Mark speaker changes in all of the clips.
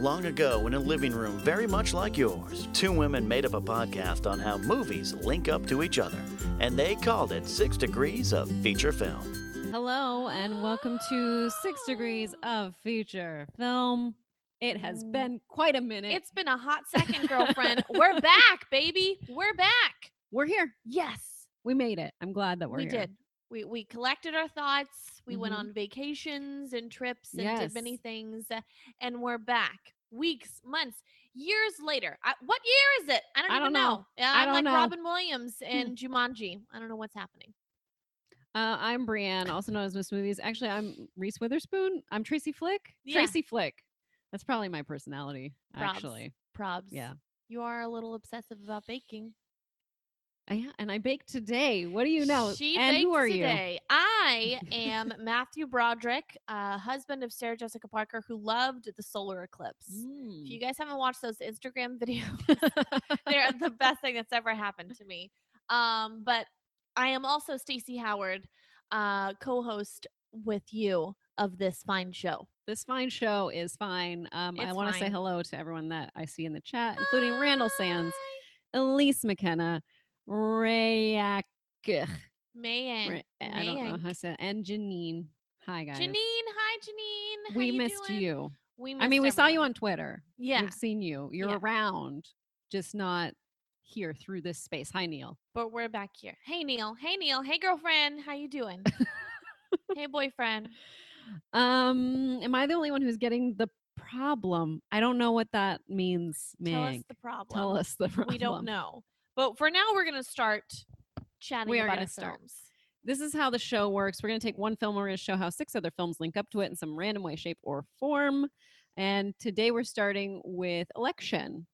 Speaker 1: Long ago, in a living room very much like yours, two women made up a podcast on how movies link up to each other, and they called it Six Degrees of Feature Film.
Speaker 2: Hello and welcome to Six Degrees of Feature Film. It has been quite a minute.
Speaker 3: It's been a hot second, girlfriend. we're back, baby. We're back.
Speaker 2: we're here.
Speaker 3: Yes,
Speaker 2: We made it. I'm glad that we're
Speaker 3: we
Speaker 2: here.
Speaker 3: did. We we collected our thoughts. We went
Speaker 2: Mhm.
Speaker 3: on vacations and trips and
Speaker 2: Yes.
Speaker 3: did many things, uh, and we're back. Weeks, months, years later. I, what year is it? I Hmm. don't
Speaker 2: I
Speaker 3: even
Speaker 2: don't know.
Speaker 3: Yeah,
Speaker 2: I
Speaker 3: I'm
Speaker 2: don't
Speaker 3: like
Speaker 2: know.
Speaker 3: Robin Williams and Jumanji. I don't know what's happening.
Speaker 2: Uh, I'm Brienne, also known as Miss Movies. Actually, I'm Reese Witherspoon. I'm Tracy Flick.
Speaker 3: Yeah.
Speaker 2: Tracy Flick. That's probably my personality,
Speaker 3: Props.
Speaker 2: actually.
Speaker 3: Probs.
Speaker 2: Yeah.
Speaker 3: You are a little obsessive about baking.
Speaker 2: I, Uh, yeah, and I baked today. What do you know?
Speaker 3: She
Speaker 2: and who
Speaker 3: baked
Speaker 2: are
Speaker 3: today. I am Matthew Broderick, uh, husband of Sarah Jessica Parker, who loved the solar eclipse. If
Speaker 2: you?
Speaker 3: you guys haven't watched those Instagram videos,
Speaker 2: Mm.
Speaker 3: they're the best thing that's ever happened to me. Um, but I am also Stacey Howard, uh, co-host with you of this fine show.
Speaker 2: this fine show is fine. Ah. Um, I
Speaker 3: It's
Speaker 2: want to say
Speaker 3: fine.
Speaker 2: hello to everyone that I see in the chat, including Randall Sands, Elise McKenna, Rayak.
Speaker 3: Mayan,
Speaker 2: Ra- I don't know how to say that. And Janine. Hi, guys.
Speaker 3: Janine, hi Janine. How
Speaker 2: we
Speaker 3: you
Speaker 2: missed
Speaker 3: doing?
Speaker 2: you.
Speaker 3: We missed
Speaker 2: I mean, we saw you
Speaker 3: everyone.
Speaker 2: on Twitter.
Speaker 3: Yeah,
Speaker 2: We've seen you. You're
Speaker 3: Yeah.
Speaker 2: around, just not here through this space. Hi, Neil.
Speaker 3: but we're back here. Hey Neil, hey Neil, hey girlfriend, how you doing? hey boyfriend.
Speaker 2: Um, am I the only one who's getting the problem? I don't know what that means,
Speaker 3: Tell us
Speaker 2: Meg.
Speaker 3: the problem.
Speaker 2: Tell us the problem.
Speaker 3: We don't know. But for now, we're gonna start chatting
Speaker 2: We are
Speaker 3: about
Speaker 2: gonna
Speaker 3: our
Speaker 2: start.
Speaker 3: films.
Speaker 2: this is how the show works. We're going to take one film. We're going to show how six other films link up to it in some random way, shape, or form. And today we're starting with Election.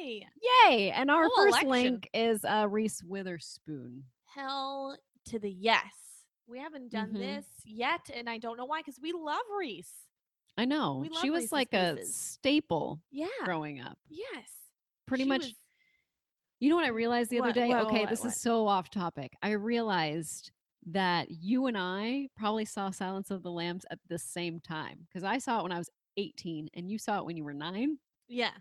Speaker 3: Yay!
Speaker 2: Yay! And our
Speaker 3: Oh,
Speaker 2: first
Speaker 3: Election.
Speaker 2: link is uh, Reese Witherspoon.
Speaker 3: Hell to the yes. We haven't done
Speaker 2: Mhm.
Speaker 3: this yet, and I don't know why, because we love Reese.
Speaker 2: I know
Speaker 3: We
Speaker 2: she
Speaker 3: love
Speaker 2: was
Speaker 3: Reese's
Speaker 2: like a
Speaker 3: Pieces.
Speaker 2: staple
Speaker 3: Yeah.
Speaker 2: growing up.
Speaker 3: Yes.
Speaker 2: Pretty
Speaker 3: she
Speaker 2: much.
Speaker 3: was-
Speaker 2: you know what I realized the other
Speaker 3: What-
Speaker 2: day?
Speaker 3: what- what-
Speaker 2: okay,
Speaker 3: what-
Speaker 2: this is
Speaker 3: what?
Speaker 2: so off topic. I realized that you and I probably saw Silence of the Lambs at the same time because I saw it when I was 18 and you saw it when you were nine.
Speaker 3: yeah.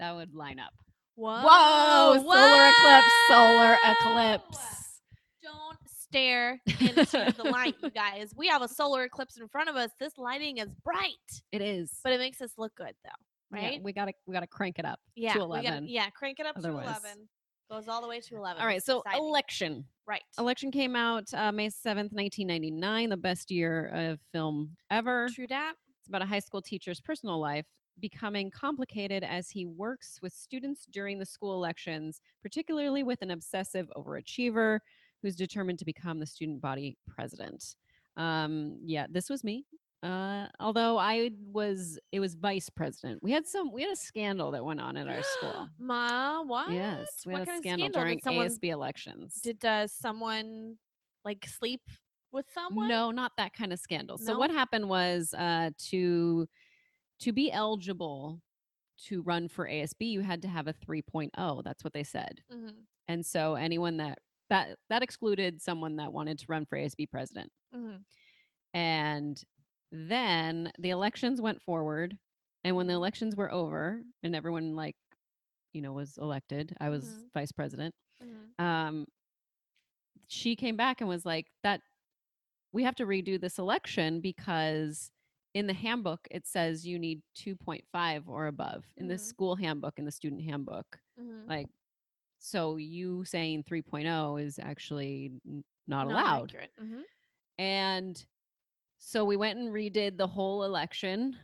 Speaker 2: That would line up.
Speaker 3: Whoa.
Speaker 2: Whoa! Solar eclipse! Solar
Speaker 3: whoa.
Speaker 2: eclipse!
Speaker 3: Don't stare into the light, you guys. We have a solar eclipse in front of us. This lighting is bright,
Speaker 2: It is.
Speaker 3: but it makes us look good, though.
Speaker 2: Yeah,
Speaker 3: right?
Speaker 2: we gotta we gotta crank it up.
Speaker 3: Yeah.
Speaker 2: To
Speaker 3: we gotta-
Speaker 2: 11.
Speaker 3: yeah. Crank it up
Speaker 2: Otherwise-
Speaker 3: to 11. Goes all the way to 11.
Speaker 2: All right.
Speaker 3: It's
Speaker 2: So
Speaker 3: exciting.
Speaker 2: election.
Speaker 3: right.
Speaker 2: Election came out uh, May seventh, nineteen ninety nine. The best year of film ever.
Speaker 3: True dat.
Speaker 2: It's about a high school teacher's personal life becoming complicated as he works with students during the school elections, particularly with an obsessive overachiever who's determined to become the student body president. Um, yeah, this was me. Uh, although I was, it was vice president. We had some, we had a scandal that went on at our school.
Speaker 3: Ma, what?
Speaker 2: Yes, we
Speaker 3: what
Speaker 2: had a
Speaker 3: kind of
Speaker 2: scandal,
Speaker 3: scandal?
Speaker 2: during
Speaker 3: Did someone
Speaker 2: ASB elections.
Speaker 3: did uh, someone like sleep with someone?
Speaker 2: No, not that kind of scandal. So
Speaker 3: No?
Speaker 2: what happened was uh, to to be eligible to run for ASB, you had to have a 3.0. That's what they said.
Speaker 3: Mhm,
Speaker 2: And so anyone that that that excluded someone that wanted to run for ASB president.
Speaker 3: mhm.
Speaker 2: And then the elections went forward, and when the
Speaker 3: Mhm.
Speaker 2: elections were over and everyone like you know was elected, I was
Speaker 3: Mhm.
Speaker 2: vice president
Speaker 3: Mhm.
Speaker 2: um, she came back and was like, "That we have to redo this election because in the handbook it says you need 2.5 or above in the
Speaker 3: Mhm.
Speaker 2: school handbook in the student handbook.
Speaker 3: Mhm.
Speaker 2: Like, so you saying 3.0 is actually n- not,
Speaker 3: Not
Speaker 2: allowed."
Speaker 3: accurate. Mhm.
Speaker 2: And so we went and redid the whole election,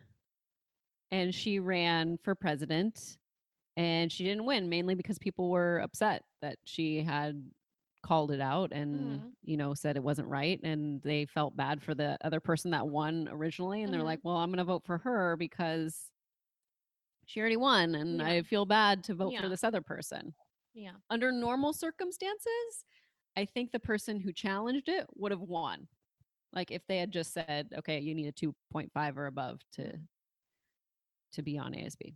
Speaker 2: and she ran for president, and she didn't win mainly because people were upset that she had called it out and
Speaker 3: Mhm.
Speaker 2: you know said it wasn't right and they felt bad for the other person that won originally and they're
Speaker 3: Mhm.
Speaker 2: like well i'm going to vote for her because she already won and
Speaker 3: Yeah.
Speaker 2: i feel bad to vote for
Speaker 3: Yeah.
Speaker 2: this other person
Speaker 3: Yeah.
Speaker 2: under normal circumstances, I think the person who challenged it would have won. Like if they had just said, "Okay, you need a 2.5 or above to to be on ASB."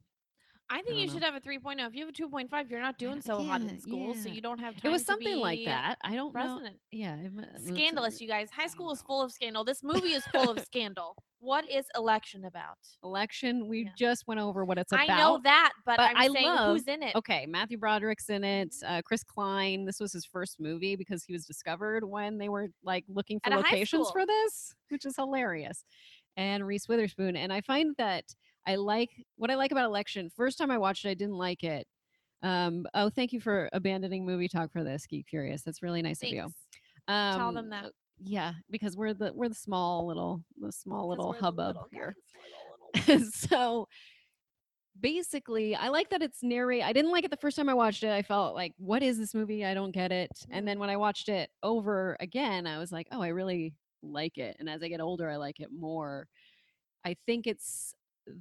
Speaker 3: I think
Speaker 2: don't
Speaker 3: you
Speaker 2: know.
Speaker 3: should have a 3.0. If you have a 2.5, you're not doing
Speaker 2: don't-
Speaker 3: so hot
Speaker 2: yeah,
Speaker 3: in school, so
Speaker 2: yeah.
Speaker 3: you don't have time
Speaker 2: It was
Speaker 3: to
Speaker 2: something like
Speaker 3: be
Speaker 2: that. I don't know.
Speaker 3: Resonant.
Speaker 2: Yeah, it mu- it's a-
Speaker 3: Scandalous, you guys. High
Speaker 2: don't
Speaker 3: school is
Speaker 2: know.
Speaker 3: full of scandal. This movie is full of scandal. What is election about?
Speaker 2: election. We
Speaker 3: Yeah.
Speaker 2: just went over what it's about.
Speaker 3: I know that, but,
Speaker 2: but
Speaker 3: I'm
Speaker 2: I
Speaker 3: saying
Speaker 2: love-
Speaker 3: who's in it.
Speaker 2: Okay, Matthew Broderick's in it. Uh, Chris Klein. This was his first movie because he was discovered when they were like looking for
Speaker 3: At a high
Speaker 2: locations
Speaker 3: school.
Speaker 2: for this, which is hilarious. And Reese Witherspoon. And I find that I like what I like about Election. First time I watched it, I didn't like it. Um, oh, thank you for abandoning movie talk for this, Geek Furious. That's really nice of you.
Speaker 3: Thanks.
Speaker 2: Um,
Speaker 3: Tell them that.
Speaker 2: Yeah, because we're the we're the small little the small
Speaker 3: 'cause
Speaker 2: little
Speaker 3: we're the
Speaker 2: hubbub
Speaker 3: little
Speaker 2: here.
Speaker 3: guys, we're the little
Speaker 2: so basically i like that it's narrate i didn't like it the first time i watched it i felt like what is this movie i don't get it and
Speaker 3: Mm.
Speaker 2: then when i watched it over again i was like oh i really like it and as i get older i like it more i think it's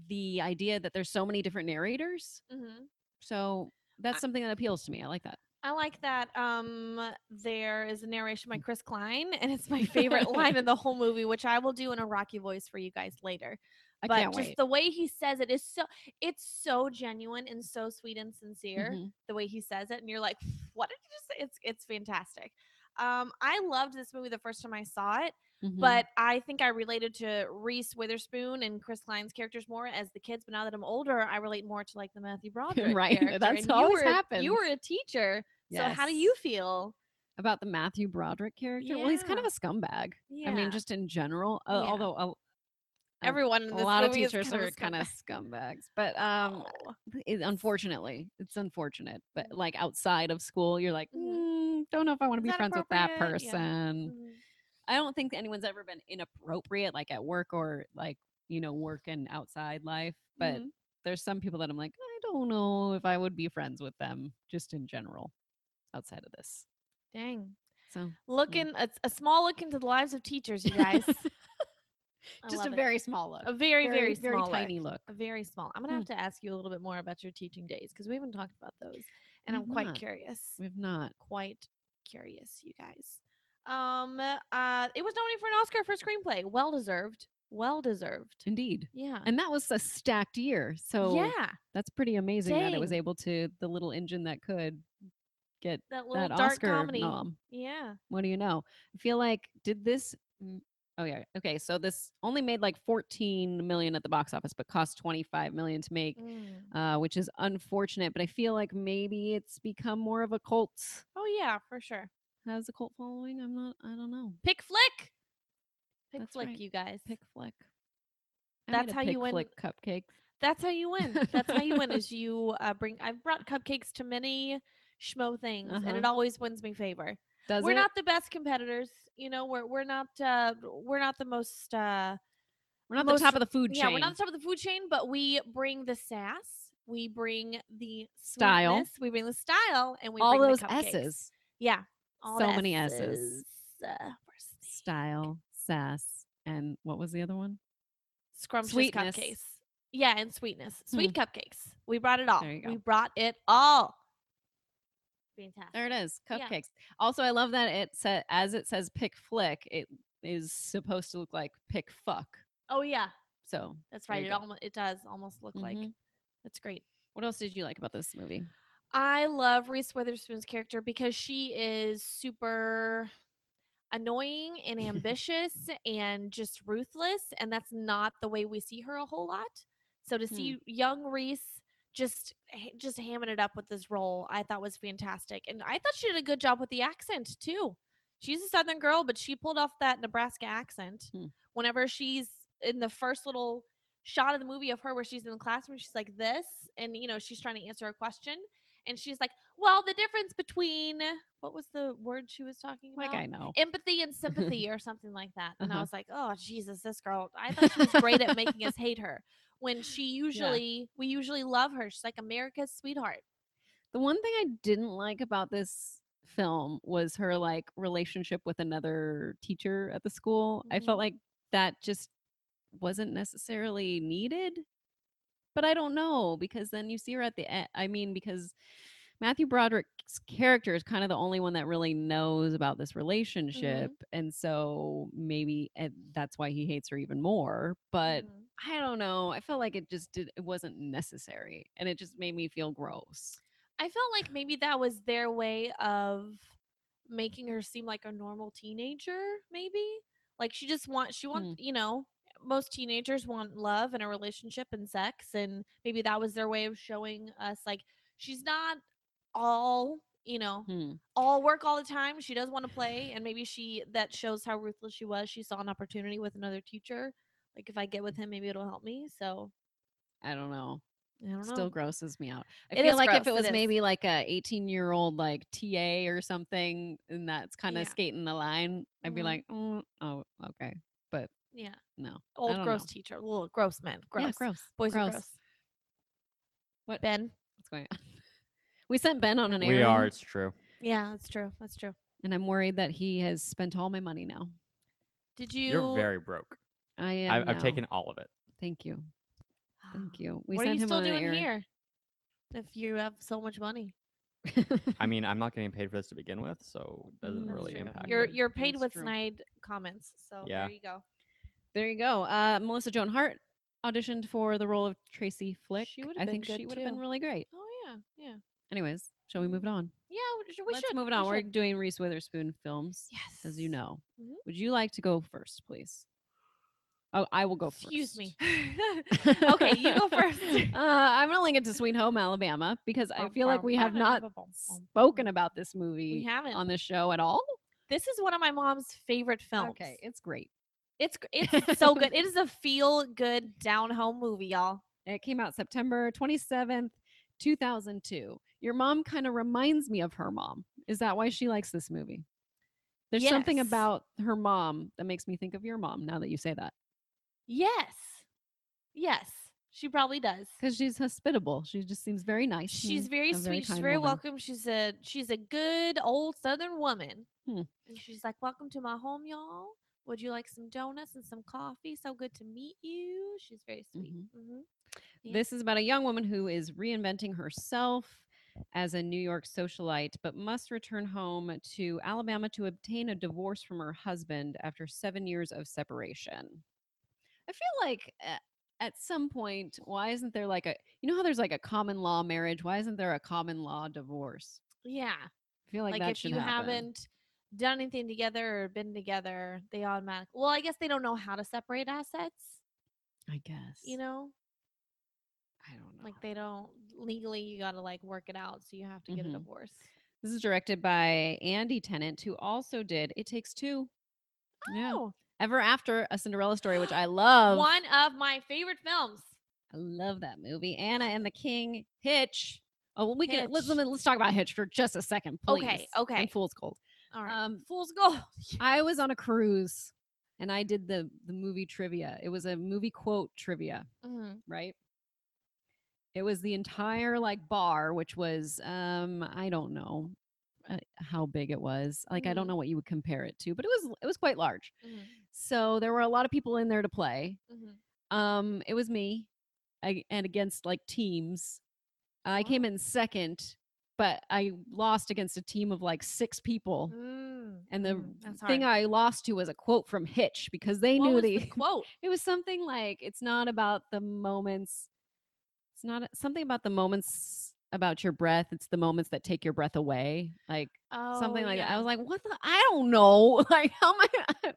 Speaker 2: the idea that there's so many different narrators
Speaker 3: little- Mhm.
Speaker 2: so that's something that appeals to me i like that
Speaker 3: I like that um there is a narration by
Speaker 2: Mm.
Speaker 3: Chris Klein and it's my favorite line in the whole movie which I will do in a Rocky voice for you guys later.
Speaker 2: i
Speaker 3: but
Speaker 2: can't
Speaker 3: just
Speaker 2: wait
Speaker 3: the way he says it is so it's so genuine and so sweet and sincere
Speaker 2: Mhm.
Speaker 3: the way he says it and you're like what did you just say? It's it's fantastic. Um I loved this movie the first time I saw it,
Speaker 2: Mhm.
Speaker 3: but I think I related to Reese Witherspoon and Chris Klein's characters more as the kids, but now that I'm older, I relate more to like the Matthew Broderick
Speaker 2: Right,
Speaker 3: character.
Speaker 2: that's
Speaker 3: and
Speaker 2: always
Speaker 3: you were,
Speaker 2: happens.
Speaker 3: You were a teacher. So how do you
Speaker 2: Yes.
Speaker 3: feel?
Speaker 2: about the matthew broderick character well he's kind of
Speaker 3: Yeah.
Speaker 2: a scumbag
Speaker 3: Yeah.
Speaker 2: i mean just in general uh,
Speaker 3: Yeah.
Speaker 2: although a, a-
Speaker 3: everyone in
Speaker 2: a
Speaker 3: this
Speaker 2: lot of
Speaker 3: movie is
Speaker 2: teachers
Speaker 3: kinda
Speaker 2: are kind of
Speaker 3: scumbag.
Speaker 2: scumbags but um
Speaker 3: Oh,
Speaker 2: it, unfortunately it's unfortunate but
Speaker 3: Mm.
Speaker 2: like outside of school you're like mm, don't know if i want to
Speaker 3: Is
Speaker 2: be
Speaker 3: that
Speaker 2: friends with that
Speaker 3: appropriate? Yeah.
Speaker 2: person
Speaker 3: mhm.
Speaker 2: i don't think anyone's ever been inappropriate like at work or like you know work and outside life but
Speaker 3: Mhm.
Speaker 2: there's some people that i'm like i don't know if i would be friends with them just in general outside of this
Speaker 3: dang.
Speaker 2: so
Speaker 3: Looking a, a small look into the lives of teachers, you guys. I
Speaker 2: just a
Speaker 3: love it.
Speaker 2: very small look
Speaker 3: a very very
Speaker 2: very,
Speaker 3: small look.
Speaker 2: tiny look
Speaker 3: A very small. I'm gonna
Speaker 2: Hmm.
Speaker 3: have to ask you a little bit more about your teaching days because we haven't talked about those,
Speaker 2: We
Speaker 3: and I'm
Speaker 2: have
Speaker 3: quite
Speaker 2: not.
Speaker 3: curious.
Speaker 2: we've not
Speaker 3: Quite curious, you guys. Um, uh, it was nominated for an Oscar for screenplay. Well deserved. Well deserved.
Speaker 2: indeed
Speaker 3: Yeah.
Speaker 2: Mm, and that was a stacked year so
Speaker 3: yeah.
Speaker 2: that's pretty amazing that it was
Speaker 3: Dang.
Speaker 2: able to the little engine that could get
Speaker 3: That little
Speaker 2: that
Speaker 3: dark
Speaker 2: Oscar
Speaker 3: comedy.
Speaker 2: nom.
Speaker 3: Yeah.
Speaker 2: What do you know? I feel like did this? m- Oh yeah, okay. So this only made like 14 million at the box office, but cost 25 million to make,
Speaker 3: Mm.
Speaker 2: uh, which is unfortunate. But I feel like maybe it's become more of a cult.
Speaker 3: Oh yeah, for sure.
Speaker 2: Has a cult following? I'm not. I don't know.
Speaker 3: Pick flick. Pick
Speaker 2: That's
Speaker 3: flick,
Speaker 2: right.
Speaker 3: you guys.
Speaker 2: Pick flick. I made
Speaker 3: That's
Speaker 2: a
Speaker 3: how you
Speaker 2: pick
Speaker 3: win-
Speaker 2: Flick cupcake.
Speaker 3: That's how you win. That's how you win. Is you uh, bring? I've brought cupcakes to many schmo things, and it
Speaker 2: Uh-huh.
Speaker 3: always wins me favor.
Speaker 2: Does
Speaker 3: we're
Speaker 2: it?
Speaker 3: not the best competitors, you know. We're we're not uh, we're not the most. Uh,
Speaker 2: we're not
Speaker 3: most-
Speaker 2: the top of the food
Speaker 3: yeah,
Speaker 2: chain.
Speaker 3: we're not the top of the food chain, but we bring the sass. We bring the
Speaker 2: Style.
Speaker 3: sweetness, We bring the style, and we
Speaker 2: All
Speaker 3: bring
Speaker 2: those
Speaker 3: the cupcakes.
Speaker 2: S's.
Speaker 3: Yeah, all
Speaker 2: So
Speaker 3: the
Speaker 2: many S's.
Speaker 3: Uh, we're snake.
Speaker 2: Style, sass, and what was the other one?
Speaker 3: scrumptious
Speaker 2: Sweetness. Hmm.
Speaker 3: cupcakes. Yeah, and sweetness. Sweet cupcakes. We brought it all.
Speaker 2: There you go.
Speaker 3: We brought it all. Fantastic.
Speaker 2: There it is,
Speaker 3: Yeah.
Speaker 2: cupcakes. Also, I love that it said as it says pick flick, it is supposed to look like pick fuck.
Speaker 3: Oh yeah,
Speaker 2: So,
Speaker 3: that's
Speaker 2: There
Speaker 3: right.
Speaker 2: you
Speaker 3: It
Speaker 2: go.
Speaker 3: almost it does almost look like.
Speaker 2: Mhm.
Speaker 3: That's great.
Speaker 2: what else did you like about this movie?
Speaker 3: I love Reese Witherspoon's character because she is super annoying and ambitious and just ruthless, and that's not the way we see her a whole lot. So to
Speaker 2: Hmm.
Speaker 3: see young Reese just h- just hamming it up with this role, I thought was fantastic, and I thought she did a good job with the accent too. She's a Southern girl, but she pulled off that Nebraska accent.
Speaker 2: Hmm.
Speaker 3: Whenever she's in the first little shot of the movie of her where she's in the classroom, she's like this, and you know she's trying to answer a question, and she's like, "Well, the difference between what was the word she was talking about?
Speaker 2: Like I know.
Speaker 3: empathy and sympathy or something like that. And I
Speaker 2: Uh-huh.
Speaker 3: was like, oh Jesus, this girl. I thought she was great at making us hate her. When she usually we usually love her. She's like America's sweetheart.
Speaker 2: The one thing I didn't like about this film was her like relationship with another teacher at the school. I
Speaker 3: Mhm.
Speaker 2: felt like that just wasn't necessarily needed. But I don't know because then you see her at the end. I mean, because Matthew Broderick's character is kind of the only one that really knows about this relationship. And so maybe eh, that's why he hates her even more. But
Speaker 3: Mhm.
Speaker 2: I don't know. I felt like it just did it wasn't necessary and it just made me feel gross.
Speaker 3: I felt like maybe that was their way of making her seem like a normal teenager, maybe. Like she just wants she
Speaker 2: Mm.
Speaker 3: wants, you know, most teenagers want love and a relationship and sex and maybe that was their way of showing us like she's not all, you know,
Speaker 2: Hmm.
Speaker 3: all work all the time. She does want to play and maybe she that shows how ruthless she was. She saw an opportunity with another teacher. Like if I get with
Speaker 2: Hmm.
Speaker 3: him, maybe it'll help me. So,
Speaker 2: I don't know.
Speaker 3: I don't know.
Speaker 2: Still grosses me out. I
Speaker 3: It
Speaker 2: feel
Speaker 3: is
Speaker 2: like if
Speaker 3: gross,
Speaker 2: it
Speaker 3: it
Speaker 2: was
Speaker 3: is.
Speaker 2: maybe like a 18 year old like TA or something, and that's kind of
Speaker 3: Yeah.
Speaker 2: skating the line, I'd be
Speaker 3: Mhm.
Speaker 2: like, "Mm, oh, okay,
Speaker 3: yeah.
Speaker 2: no,
Speaker 3: Old
Speaker 2: don't
Speaker 3: gross
Speaker 2: know.
Speaker 3: teacher. Little gross men. Gross.
Speaker 2: yeah, gross,
Speaker 3: Boys
Speaker 2: gross.
Speaker 3: are gross.
Speaker 2: What-
Speaker 3: Ben?
Speaker 2: What's going on? We sent Ben on an
Speaker 4: We are.
Speaker 2: errand,
Speaker 4: It's true.
Speaker 3: Yeah, that's true. That's true.
Speaker 2: and I'm worried that he has spent all my money now.
Speaker 3: Did you?
Speaker 4: You're very broke.
Speaker 2: I am.
Speaker 4: I, I've
Speaker 2: now.
Speaker 4: taken all of it.
Speaker 2: Thank you. Thank you. We
Speaker 3: what are
Speaker 2: sent
Speaker 3: you
Speaker 2: him
Speaker 3: still
Speaker 2: on an
Speaker 3: doing
Speaker 2: errand.
Speaker 3: here? If you have so much money,
Speaker 4: I mean, I'm not getting paid for this to begin with, so it
Speaker 2: Mm,
Speaker 4: doesn't
Speaker 2: that's
Speaker 4: really
Speaker 2: true.
Speaker 4: impact.
Speaker 3: you're
Speaker 4: it.
Speaker 3: you're paid
Speaker 2: That's
Speaker 3: with
Speaker 2: true.
Speaker 3: snide comments. So
Speaker 4: Yeah.
Speaker 3: there you go.
Speaker 2: There you go. Uh, Melissa Joan Hart auditioned for the role of Tracy Flick.
Speaker 3: She would've
Speaker 2: I
Speaker 3: been
Speaker 2: think
Speaker 3: good
Speaker 2: she would have been
Speaker 3: too.
Speaker 2: really great.
Speaker 3: Oh yeah, yeah,
Speaker 2: Anyways, shall we move it on?
Speaker 3: yeah. We should. We
Speaker 2: Let's
Speaker 3: should
Speaker 2: move it
Speaker 3: we
Speaker 2: on. We're
Speaker 3: should.
Speaker 2: doing Reese Witherspoon films,
Speaker 3: yes,
Speaker 2: as you know.
Speaker 3: Mhm.
Speaker 2: Would you like to go first, please? Oh, I will go
Speaker 3: Excuse
Speaker 2: first.
Speaker 3: me. okay, you go first.
Speaker 2: uh, I'm gonna link it to Sweet Home Alabama because I
Speaker 3: Bum,
Speaker 2: feel like
Speaker 3: bum,
Speaker 2: Oh, we have
Speaker 3: bum,
Speaker 2: not
Speaker 3: bum, bum, bum,
Speaker 2: spoken
Speaker 3: bum.
Speaker 2: about this
Speaker 3: We
Speaker 2: movie
Speaker 3: haven't.
Speaker 2: on this show at all.
Speaker 3: this is one of my mom's favorite films.
Speaker 2: Okay, it's great.
Speaker 3: it's gr- it's so good. It is a feel good down home movie, y'all.
Speaker 2: It came out September 27th, 2002. Your mom kind of reminds me of her mom. Is that why she likes this movie? There's something
Speaker 3: Yes.
Speaker 2: about her mom that makes me think of your mom now that you say that.
Speaker 3: Yes, yes. She probably does.
Speaker 2: Because she's hospitable. She just seems very nice.
Speaker 3: She's
Speaker 2: and
Speaker 3: very
Speaker 2: a
Speaker 3: sweet. she's
Speaker 2: kind
Speaker 3: very
Speaker 2: woman.
Speaker 3: welcome. She's a she's a good old Southern woman.
Speaker 2: Hmm.
Speaker 3: And she's like, "Welcome to my home, y'all. Would you like some donuts and some coffee? So good to meet you." She's very sweet.
Speaker 2: Mhm.
Speaker 3: Mhm. Yeah.
Speaker 2: This is about a young woman who is reinventing herself as a New York socialite, but must return home to Alabama to obtain a divorce from her husband after seven years of separation. I feel like a- at some point, why isn't there like a, you know how there's like a common law marriage? Why isn't there a common law divorce?
Speaker 3: Yeah,
Speaker 2: I feel like,
Speaker 3: like,
Speaker 2: that
Speaker 3: if
Speaker 2: should
Speaker 3: you
Speaker 2: happen.
Speaker 3: haven't done anything together or been together, they automatic. Well, I guess they don't know how to separate assets.
Speaker 2: I guess.
Speaker 3: You know,
Speaker 2: I don't know.
Speaker 3: like they don't legally. You got to like work it out, so you have to get
Speaker 2: Mhm.
Speaker 3: a divorce.
Speaker 2: this is directed by Andy Tennant, who also did It Takes Two. Yeah.
Speaker 3: Oh,
Speaker 2: Ever After, a Cinderella story, which I love.
Speaker 3: one of my favorite films.
Speaker 2: I love that movie. Anna and the King, Hitch. Oh, well, we can let's
Speaker 3: Hitch.
Speaker 2: let us talk about Hitch for just a second, please.
Speaker 3: Okay, okay.
Speaker 2: And Fool's Gold.
Speaker 3: All right,
Speaker 2: Um,
Speaker 3: Uh, Fool's Gold.
Speaker 2: I was on a cruise, and I did the the movie trivia. It was a movie quote trivia,
Speaker 3: Mhm.
Speaker 2: right? It was the entire like bar, which was um I don't know uh, how big it was. Like I don't
Speaker 3: Mhm.
Speaker 2: know what you would compare it to, but it was it was quite large.
Speaker 3: Mhm,
Speaker 2: So there were a lot of people in there to play.
Speaker 3: mhm.
Speaker 2: Um, it was me, I, and against like teams, I
Speaker 3: Oh.
Speaker 2: came in second, but I lost against a team of like six people.
Speaker 3: Mm,
Speaker 2: Oh. And the
Speaker 3: mm, that's
Speaker 2: thing
Speaker 3: hard.
Speaker 2: I lost to was a quote from Hitch because they
Speaker 3: What
Speaker 2: knew
Speaker 3: was
Speaker 2: the,
Speaker 3: the quote.
Speaker 2: It was something like it's not about the moments. It's not something about the moments about your breath. It's the moments that take your breath away. Like
Speaker 3: Oh,
Speaker 2: something like that. I
Speaker 3: yeah.
Speaker 2: was like, what the? I don't know. Like how am I?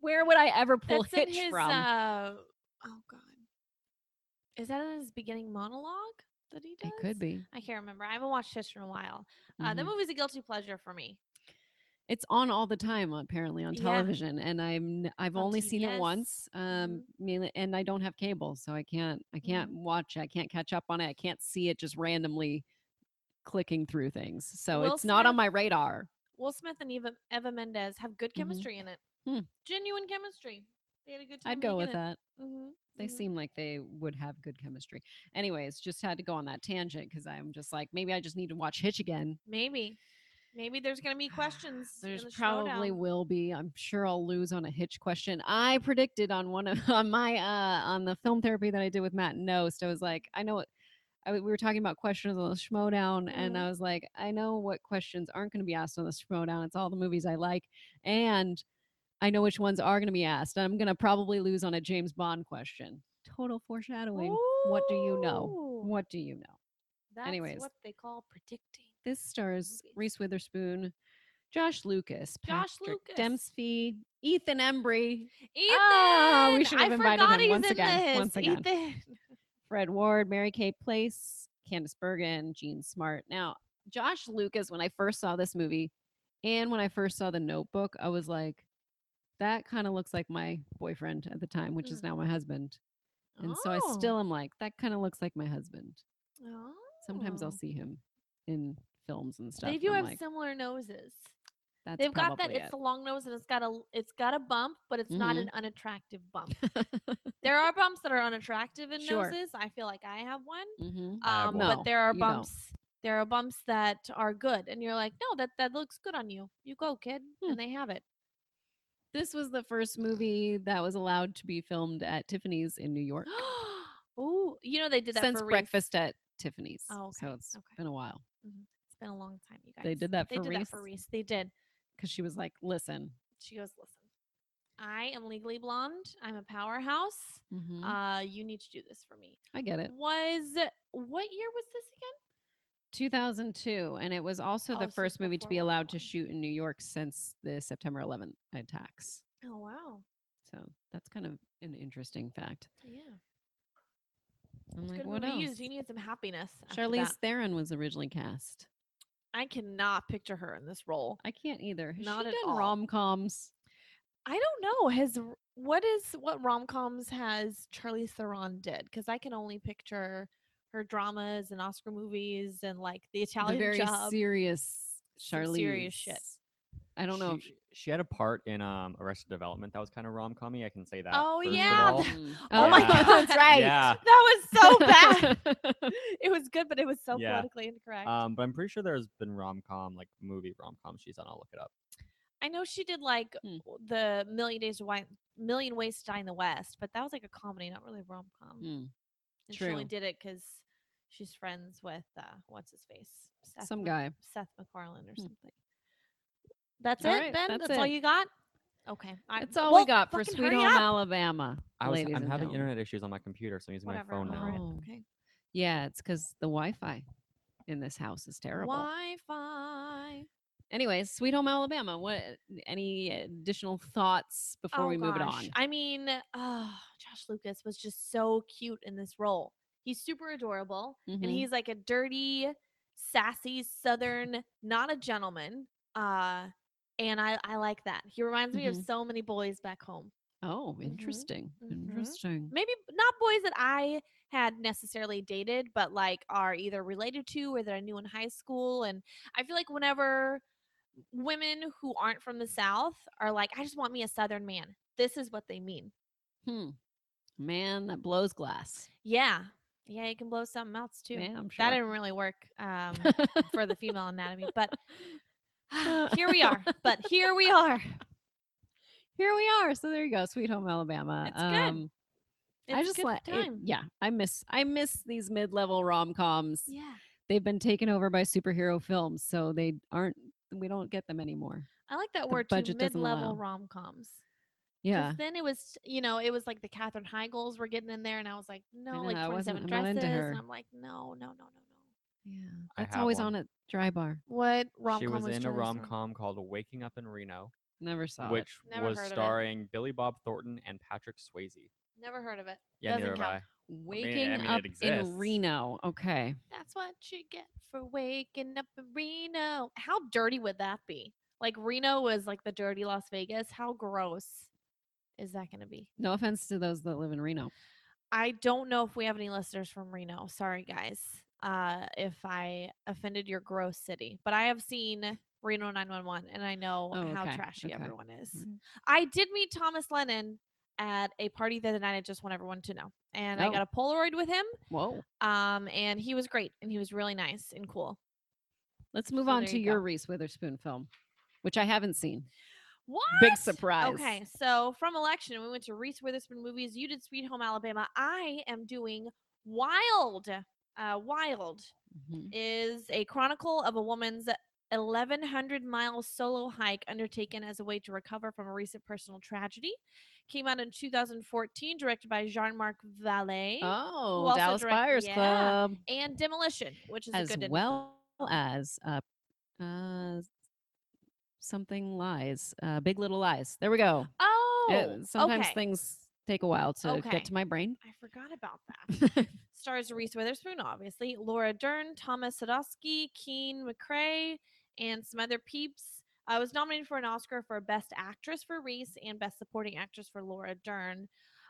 Speaker 2: Where would I ever pull
Speaker 3: that's in
Speaker 2: Hitch
Speaker 3: his,
Speaker 2: from?
Speaker 3: Uh, oh God, is that in his beginning monologue that he does?
Speaker 2: it could be.
Speaker 3: I can't remember. I haven't watched Hitch in a while. Uh,
Speaker 2: Mhm.
Speaker 3: That movie's a guilty pleasure for me.
Speaker 2: it's on all the time apparently on
Speaker 3: Yeah.
Speaker 2: television and i'm n- i've
Speaker 3: On
Speaker 2: only seen it
Speaker 3: TBS.
Speaker 2: once
Speaker 3: Mm-hmm.
Speaker 2: um mainly, and i don't have cable so i can't i can't watch it i can't catch up on it i can't see it just randomly clicking through things so
Speaker 3: Will
Speaker 2: it's not on
Speaker 3: Smith-
Speaker 2: my radar
Speaker 3: Will Smith and Eva, Eva Mendes have good chemistry in it.
Speaker 2: Mm-hmm. Hmm.
Speaker 3: Genuine chemistry. They had a good time.
Speaker 2: i'd go with
Speaker 3: making it.
Speaker 2: that
Speaker 3: Mhm,
Speaker 2: they
Speaker 3: mhm.
Speaker 2: seem like they would have good chemistry anyways just had to go on that tangent because i'm just like maybe i just need to watch hitch again
Speaker 3: maybe, maybe there's gonna be questions. in
Speaker 2: There's
Speaker 3: the
Speaker 2: probably
Speaker 3: showdown.
Speaker 2: will be. I'm sure I'll lose on a hitch question. I predicted on one of on my uh on the film therapy that I did with Matt Nost. I was like, I know what I, we were talking about questions on the Schmodown, and
Speaker 3: Mhm.
Speaker 2: I was like, I know what questions aren't going to be asked on the Schmodown. It's all the movies I like, and I know which ones are going to be asked. I'm going to probably lose on a James Bond question. total foreshadowing. What do you know?
Speaker 3: Ooh,
Speaker 2: What do you know?
Speaker 3: That's
Speaker 2: anyways.
Speaker 3: what they call predicting.
Speaker 2: This stars
Speaker 3: Movies.
Speaker 2: Reese Witherspoon, Josh Lucas,
Speaker 3: Josh
Speaker 2: Patrick
Speaker 3: Lucas.
Speaker 2: Dempsey, Ethan Embry,
Speaker 3: Ethan,
Speaker 2: Ah, we should
Speaker 3: I
Speaker 2: have invited
Speaker 3: forgot
Speaker 2: him
Speaker 3: he's
Speaker 2: once
Speaker 3: in
Speaker 2: again,
Speaker 3: this.
Speaker 2: once again.
Speaker 3: Ethan.
Speaker 2: Fred Ward, Mary Kay Place, Candace Bergen, Gene Smart. Now, Josh Lucas, when I first saw this movie and when I first saw The Notebook, I was like, that kind of looks like my boyfriend at the time, which is
Speaker 3: Mm.
Speaker 2: now my husband. And so I
Speaker 3: Oh.
Speaker 2: still am like, that kind of looks like my husband. Sometimes
Speaker 3: Oh.
Speaker 2: I'll see him in films and stuff.
Speaker 3: They do
Speaker 2: and I'm
Speaker 3: have
Speaker 2: like,
Speaker 3: similar noses.
Speaker 2: That's
Speaker 3: They've got that.
Speaker 2: probably
Speaker 3: It's a long nose, and it's got a it's got a bump, but it's not
Speaker 2: Mm-hmm.
Speaker 3: an unattractive bump.
Speaker 2: it."
Speaker 3: there are bumps that are unattractive in
Speaker 2: Sure.
Speaker 3: noses. I feel like I have one.
Speaker 2: Mhm.
Speaker 4: I have
Speaker 3: Um,
Speaker 2: one. No,
Speaker 3: but there are
Speaker 2: you don't.
Speaker 3: bumps. There are bumps that are good, and you're like, no, that that looks good on you. You go, kid,
Speaker 2: Hmm.
Speaker 3: and they have it.
Speaker 2: This was the first movie that was allowed to be filmed at Tiffany's in New York.
Speaker 3: oh, you know they did that
Speaker 2: since
Speaker 3: for Reese.
Speaker 2: breakfast at Tiffany's.
Speaker 3: Oh, okay,
Speaker 2: so it's
Speaker 3: okay.
Speaker 2: been a while
Speaker 3: It's been a long time, you guys.
Speaker 2: They did that
Speaker 3: They
Speaker 2: for
Speaker 3: did that for
Speaker 2: Reese?
Speaker 3: Reese. They did.
Speaker 2: because she was like, "Listen,
Speaker 3: She goes, listen, I am legally blonde. I'm a powerhouse.
Speaker 2: uh,
Speaker 3: Uh, you need to do this for me.
Speaker 2: I get it."
Speaker 3: Was what year was this again?
Speaker 2: 2002, and it was also
Speaker 3: Oh, so
Speaker 2: the
Speaker 3: it's
Speaker 2: first movie to
Speaker 3: before
Speaker 2: be
Speaker 3: we were
Speaker 2: allowed to
Speaker 3: born.
Speaker 2: shoot in New York since the September 11th attacks.
Speaker 3: Oh wow.
Speaker 2: So that's kind of an interesting fact.
Speaker 3: Yeah.
Speaker 2: I'm
Speaker 3: It's
Speaker 2: like,
Speaker 3: good
Speaker 2: what
Speaker 3: movie.
Speaker 2: else?
Speaker 3: You just- You need some happiness. after that.
Speaker 2: Charlize Theron was originally cast.
Speaker 3: I cannot picture her in this role.
Speaker 2: I can't either. Has
Speaker 3: Not
Speaker 2: she
Speaker 3: at
Speaker 2: done
Speaker 3: all.
Speaker 2: rom coms?
Speaker 3: I don't know. Has r- what is what rom coms has Charlize Theron did? Because I can only picture her dramas and Oscar movies and like the
Speaker 2: The
Speaker 3: Italian
Speaker 2: very
Speaker 3: Job.
Speaker 2: serious Charlize.
Speaker 3: Some serious shit.
Speaker 2: I don't know. If
Speaker 4: She, she had a part in um, Arrested Development that was kind of rom commy. I can say that.
Speaker 3: Oh,
Speaker 4: first of
Speaker 3: yeah,
Speaker 4: all.
Speaker 3: that-
Speaker 2: Mm.
Speaker 3: Oh my
Speaker 4: Yeah.
Speaker 3: god,
Speaker 2: That's right.
Speaker 4: Yeah.
Speaker 3: That was so bad.
Speaker 2: bad.
Speaker 3: it was good, but it was so
Speaker 4: Yeah.
Speaker 3: politically incorrect.
Speaker 4: Um, but I'm pretty sure there's been rom com, like movie rom com she's on. I'll look it up.
Speaker 3: I know she did like
Speaker 2: Hmm.
Speaker 3: w- the Million Days to Wi- Million Ways to Die in the West, but that was like a comedy, not really rom com.
Speaker 2: Hmm.
Speaker 3: and she only
Speaker 2: true.
Speaker 3: did it because she's friends with uh, what's his face, Seth
Speaker 2: Some
Speaker 3: Mac-
Speaker 2: guy.
Speaker 3: Seth MacFarlane or
Speaker 2: Hmm.
Speaker 3: something. That's
Speaker 2: All
Speaker 3: it,
Speaker 2: right,
Speaker 3: Ben. That's,
Speaker 2: that's
Speaker 3: all
Speaker 2: it.
Speaker 3: you got. Okay, I-
Speaker 2: That's all
Speaker 3: well,
Speaker 2: we got for
Speaker 3: fucking
Speaker 2: Sweet
Speaker 3: hurry
Speaker 2: Home
Speaker 3: up.
Speaker 2: Alabama.
Speaker 4: I was,
Speaker 2: ladies
Speaker 4: I'm
Speaker 2: and
Speaker 4: having
Speaker 2: gentlemen.
Speaker 4: internet issues on my computer, so I'm using
Speaker 3: Whatever,
Speaker 4: my phone
Speaker 3: over
Speaker 4: now.
Speaker 3: it,
Speaker 2: Oh.
Speaker 3: Okay.
Speaker 2: Yeah, it's because the Wi-Fi in this house is terrible.
Speaker 3: Wi-Fi.
Speaker 2: Anyways, Sweet Home Alabama. What? Any additional thoughts before
Speaker 3: Oh,
Speaker 2: we move it
Speaker 3: gosh.
Speaker 2: on?
Speaker 3: I mean, uh, Josh Lucas was just so cute in this role. He's super adorable,
Speaker 2: Mhm.
Speaker 3: and he's like a dirty, sassy Southern, not a gentleman. Uh, and I, I like that. He reminds me of
Speaker 2: Mhm.
Speaker 3: so many boys back home.
Speaker 2: Oh,
Speaker 3: Mm-hmm.
Speaker 2: interesting.
Speaker 3: mhm.
Speaker 2: Interesting.
Speaker 3: Maybe not boys that I had necessarily dated, but like are either related to or that I knew in high school. And I feel like whenever women who aren't from the South are like, I just want me a Southern man, this is what they mean.
Speaker 2: Hmm.
Speaker 3: Mm-hmm.
Speaker 2: Man that blows glass.
Speaker 3: Yeah. Yeah, you can blow something else too.
Speaker 2: Yeah, I'm sure.
Speaker 3: That didn't really work um, for the female anatomy, but here we are. But here we are.
Speaker 2: Here we are. So there you go, Sweet Home Alabama. Um,
Speaker 3: It's good. It's
Speaker 2: I just
Speaker 3: good
Speaker 2: like it-
Speaker 3: time.
Speaker 2: yeah, I miss I miss these mid-level rom-coms.
Speaker 3: yeah.
Speaker 2: They've been taken over by superhero films, so they aren't we don't get them anymore.
Speaker 3: I like
Speaker 2: The
Speaker 3: that word too.
Speaker 2: budget
Speaker 3: Mid
Speaker 2: doesn't
Speaker 3: level
Speaker 2: allow.
Speaker 3: rom coms.
Speaker 2: Yeah.
Speaker 3: Then it was, you know, it was like the Katherine Heigls were getting in there, and I was like, no,
Speaker 2: know,
Speaker 3: like
Speaker 2: I
Speaker 3: 27
Speaker 2: wasn't- I'm not
Speaker 3: dresses.
Speaker 2: into her.
Speaker 3: And I'm like, no, no, no, no, no.
Speaker 2: Yeah.
Speaker 4: I
Speaker 2: That's
Speaker 4: have
Speaker 2: always
Speaker 4: one.
Speaker 2: on at dry bar.
Speaker 3: What rom
Speaker 4: She
Speaker 3: com
Speaker 4: was
Speaker 3: was
Speaker 4: in a
Speaker 3: Charlize
Speaker 4: rom
Speaker 3: Theron?
Speaker 4: com called Waking Up in Reno,
Speaker 2: Never saw
Speaker 4: which
Speaker 3: Never
Speaker 4: was
Speaker 3: heard of it.
Speaker 4: starring Billy Bob Thornton and Patrick Swayze.
Speaker 3: Never heard of it.
Speaker 4: Yeah,
Speaker 3: Doesn't
Speaker 4: neither have I.
Speaker 3: count.
Speaker 2: it. Waking
Speaker 4: I mean, it
Speaker 2: up
Speaker 4: exists.
Speaker 2: in Reno. Okay.
Speaker 3: That's what you get for waking up in Reno. How dirty would that be? Like Reno was like the dirty Las Vegas. How gross is that going to be?
Speaker 2: No offense to those that live in Reno.
Speaker 3: I don't know if we have any listeners from Reno. Sorry, guys, uh, if I offended your gross city, but I have seen Reno 911 and I know
Speaker 2: Oh,
Speaker 3: how
Speaker 2: okay,
Speaker 3: trashy
Speaker 2: okay.
Speaker 3: everyone is.
Speaker 2: Mm.
Speaker 3: I did meet Thomas Lennon at a party the other night. I just want everyone to know. And I
Speaker 2: Oh.
Speaker 3: got a Polaroid with him.
Speaker 2: Whoa.
Speaker 3: Um, and he was great and he was really nice and cool.
Speaker 2: Let's move
Speaker 3: So
Speaker 2: on
Speaker 3: there
Speaker 2: to
Speaker 3: you
Speaker 2: your
Speaker 3: go.
Speaker 2: Reese Witherspoon film, which I haven't seen.
Speaker 3: What?
Speaker 2: Big surprise.
Speaker 3: Okay, so from election, we went to Reese Witherspoon movies. You did Sweet Home Alabama. I am doing Wild. Uh, Wild
Speaker 2: Mhm.
Speaker 3: Mm-hmm. is a chronicle of a woman's 1100 mile solo hike undertaken as a way to recover from a recent personal tragedy. Came out in 2014, directed by Jean Marc Vallée.
Speaker 2: Oh,
Speaker 3: also
Speaker 2: Dallas
Speaker 3: direct-
Speaker 2: Buyers
Speaker 3: yeah,
Speaker 2: Club,
Speaker 3: and Demolition, which is
Speaker 2: as
Speaker 3: a good
Speaker 2: well as uh, uh, something lies, uh, Big Little Lies. There we go.
Speaker 3: Oh,
Speaker 2: Uh, sometimes
Speaker 3: okay.
Speaker 2: things take a while to
Speaker 3: Okay.
Speaker 2: get to my brain.
Speaker 3: I forgot about that. Stars Reese Witherspoon, obviously, Laura Dern, Thomas Sadowski, Keen McCrae, and some other peeps. I was nominated for an Oscar for Best Actress for Reese and Best Supporting Actress for Laura Dern.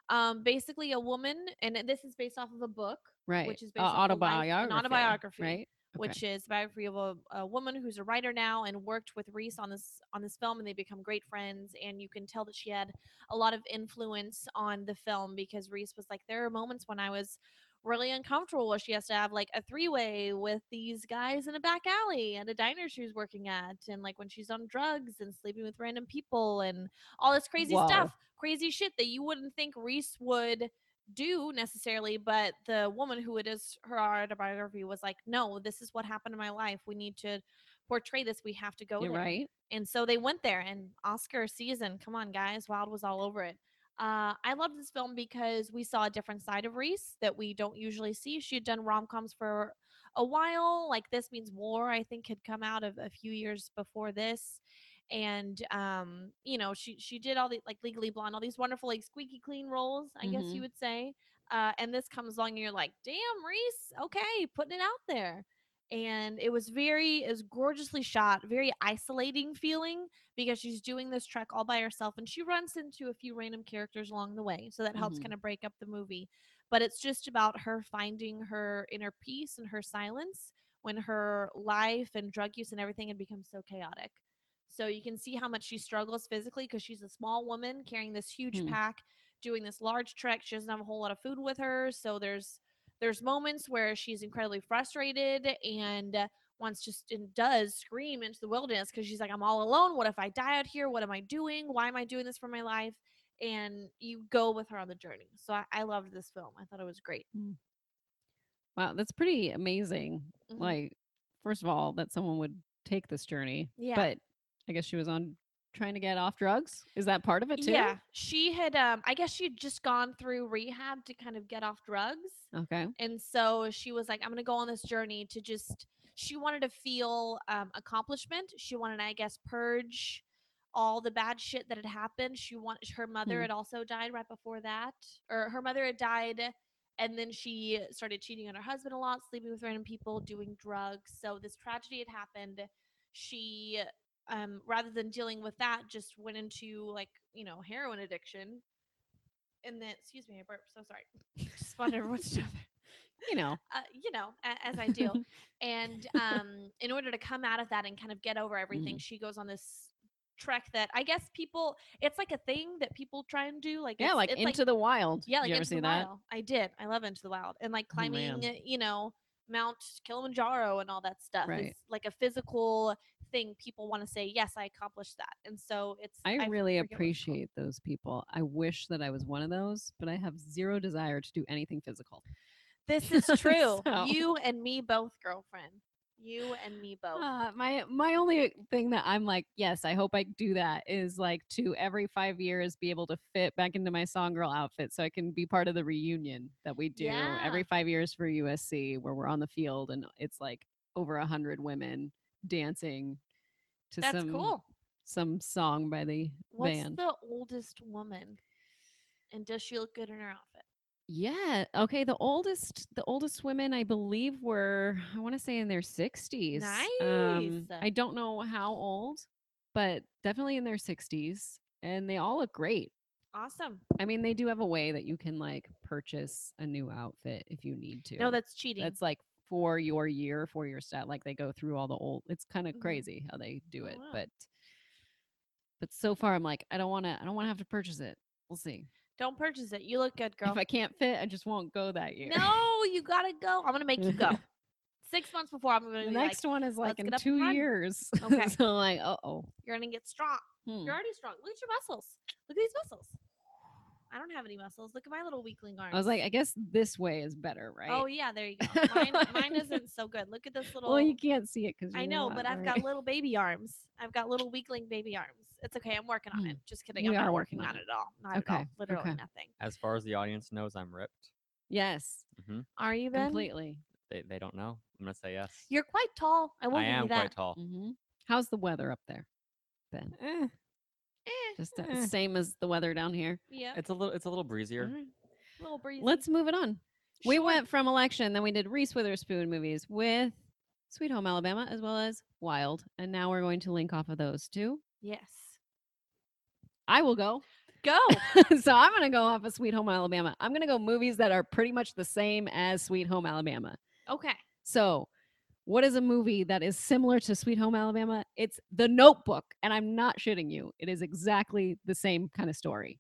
Speaker 3: Um, basically, a woman, and this is based off of a book,
Speaker 2: right.
Speaker 3: which is
Speaker 2: Uh,
Speaker 3: based off of a life- an
Speaker 2: autobiography.
Speaker 3: autobiography,
Speaker 2: Right. Okay.
Speaker 3: which is the biography of a, a woman who's a writer now and worked with Reese on this on this film, and they become great friends. And you can tell that she had a lot of influence on the film because Reese was like, there are moments when I was really uncomfortable where she has to have like a three way with these guys in a back alley at a diner she was working at, and like when she's on drugs and sleeping with random people and all this crazy
Speaker 2: Whoa.
Speaker 3: stuff, crazy shit that you wouldn't think Reese would do necessarily, but the woman who it is her autobiography was like, no, this is what happened in my life. We need to portray this. We have to go
Speaker 2: You're
Speaker 3: there.
Speaker 2: right.
Speaker 3: And so they went there and Oscar season. Come on, guys. Wild was all over it. Uh, I loved this film because we saw a different side of Reese that we don't usually see. She had done rom coms for a while. Like This Means War, I think, had come out of a few years before this. And um, you know, she she did all the like Legally Blonde, all these wonderful like squeaky clean roles, I guess
Speaker 2: Mhm.
Speaker 3: you would say. Uh, and this comes along, and you're like, "Damn, Reese, okay, putting it out there." and it was very it was gorgeously shot very isolating feeling because she's doing this trek all by herself and she runs into a few random characters along the way so that helps
Speaker 2: Mhm.
Speaker 3: kind of break up the movie but it's just about her finding her inner peace and her silence when her life and drug use and everything had become so chaotic so you can see how much she struggles physically because she's a small woman carrying this huge
Speaker 2: Hmm.
Speaker 3: pack doing this large trek she doesn't have a whole lot of food with her so there's there's moments where she's incredibly frustrated and uh, wants just and does scream into the wilderness because she's like, I'm all alone. What if I die out here? What am I doing? Why am I doing this for my life? And you go with her on the journey. So I, I loved this film. I thought it was great.
Speaker 2: Wow, that's pretty amazing.
Speaker 3: Mhm.
Speaker 2: Like, first of all, that someone would take this journey.
Speaker 3: Yeah.
Speaker 2: But I guess she was on trying to get off drugs. Is that part of it too?
Speaker 3: Yeah. She had um I guess she had just gone through rehab to kind of get off drugs.
Speaker 2: Okay.
Speaker 3: And so she was like, I'm going to go on this journey to just, she wanted to feel um, accomplishment. She wanted, I guess, purge all the bad shit that had happened. She want her mother
Speaker 2: Hmm.
Speaker 3: had also died right before that, or her mother had died. And then she started cheating on her husband a lot, sleeping with random people, doing drugs. So this tragedy had happened. She, um, rather than dealing with that, just went into like, you know, heroin addiction. And then, excuse me, I burped. So sorry. Just wanted everyone to know that
Speaker 2: You know.
Speaker 3: uh, you know, a- as I do. and um, in order to come out of that and kind of get over everything,
Speaker 2: Mm.
Speaker 3: she goes on this trek that I guess people, it's like a thing that people try and do. Like,
Speaker 2: Yeah,
Speaker 3: it's-
Speaker 2: like
Speaker 3: it's
Speaker 2: into the wild.
Speaker 3: yeah, like
Speaker 2: you ever
Speaker 3: Into
Speaker 2: see
Speaker 3: the
Speaker 2: that?
Speaker 3: Wild. I did. I love Into the Wild and like
Speaker 2: Oh, man.
Speaker 3: climbing, you know, Mount Kilimanjaro and all that stuff.
Speaker 2: Right.
Speaker 3: It's like a physical thing. People want to say, yes, I accomplished that. And so it's,
Speaker 2: I really
Speaker 3: forget what it's called.
Speaker 2: appreciate those people. I wish that I was one of those, but I have zero desire to do anything physical.
Speaker 3: This is true.
Speaker 2: So-
Speaker 3: You and me both, girlfriend. You and me both.
Speaker 2: Uh, my my only thing that I'm like, yes, I hope I do that is like to every five years be able to fit back into my song girl outfit so I can be part of the reunion that we do
Speaker 3: Yeah.
Speaker 2: every five years for USC where we're on the field and it's like over a hundred women dancing to
Speaker 3: That's
Speaker 2: some
Speaker 3: cool.
Speaker 2: some song by the
Speaker 3: What's
Speaker 2: band.
Speaker 3: the oldest woman? And does she look good in her outfit?
Speaker 2: Yeah. Okay. The oldest, the oldest women, I believe, were I want to say in their sixties. um,
Speaker 3: Nice.
Speaker 2: I don't know how old, but definitely in their sixties, and they all look great.
Speaker 3: Awesome.
Speaker 2: I mean, they do have a way that you can like purchase a new outfit if you need to.
Speaker 3: No, that's cheating.
Speaker 2: that's like for your year, for your stat. Like they go through all the old. It's kind of
Speaker 3: Mhm.
Speaker 2: crazy how they do
Speaker 3: Oh,
Speaker 2: it,
Speaker 3: wow.
Speaker 2: but but so far I'm like, I don't want to. I don't want to have to purchase it. We'll see.
Speaker 3: Don't purchase it. You look good, girl.
Speaker 2: If I can't fit, I just won't go that year.
Speaker 3: no, you gotta go. I'm gonna make you go. Six months before, I'm gonna
Speaker 2: The
Speaker 3: be
Speaker 2: next
Speaker 3: like,
Speaker 2: one is like
Speaker 3: "Let's
Speaker 2: in
Speaker 3: get up and
Speaker 2: two
Speaker 3: run."
Speaker 2: years.
Speaker 3: Okay.
Speaker 2: so like, Hmm. uh oh.
Speaker 3: you're gonna get strong. You're already strong. Look at your muscles. Look at these muscles. I don't have any muscles. Look at my little weakling arms.
Speaker 2: I was like, I guess this way is better, right?
Speaker 3: oh yeah, there you go. Mine, mine isn't so good. Look at this little.
Speaker 2: Well, you can't see it because
Speaker 3: I know, but I've got little baby arms. I've got little weakling baby arms. It's okay. I'm working on
Speaker 2: Mm.
Speaker 3: it. Just kidding.
Speaker 2: You
Speaker 3: I'm
Speaker 2: are
Speaker 3: not
Speaker 2: working on
Speaker 3: on it
Speaker 2: it.
Speaker 3: at all. Not at all.
Speaker 2: Okay,
Speaker 3: Literally
Speaker 2: okay.
Speaker 3: nothing.
Speaker 4: As far as the audience knows, I'm ripped.
Speaker 2: yes,
Speaker 4: hmm
Speaker 3: Are you Ben?
Speaker 2: completely.
Speaker 4: They, they don't know. I'm gonna say yes.
Speaker 3: You're quite tall. I will
Speaker 4: I
Speaker 3: give you
Speaker 4: am
Speaker 3: that.
Speaker 4: quite tall.
Speaker 2: hmm How's the weather up there, Ben?
Speaker 3: Eh, eh,
Speaker 2: Just the
Speaker 3: eh.
Speaker 2: same as the weather down here.
Speaker 3: yeah,
Speaker 4: It's a little it's a little breezier.
Speaker 2: All right.
Speaker 3: Mm-hmm. little breezy.
Speaker 2: Let's move it on. We
Speaker 3: Sure.
Speaker 2: went from election, then we did Reese Witherspoon movies with Sweet Home Alabama as well as Wild, and now we're going to link off of those two.
Speaker 3: Yes.
Speaker 2: I will go.
Speaker 3: Go.
Speaker 2: so I'm going to go off of Sweet Home Alabama. I'm going to go movies that are pretty much the same as Sweet Home Alabama.
Speaker 3: Okay.
Speaker 2: So, what is a movie that is similar to Sweet Home Alabama? It's The Notebook, and I'm not shitting you. It is exactly the same kind of story.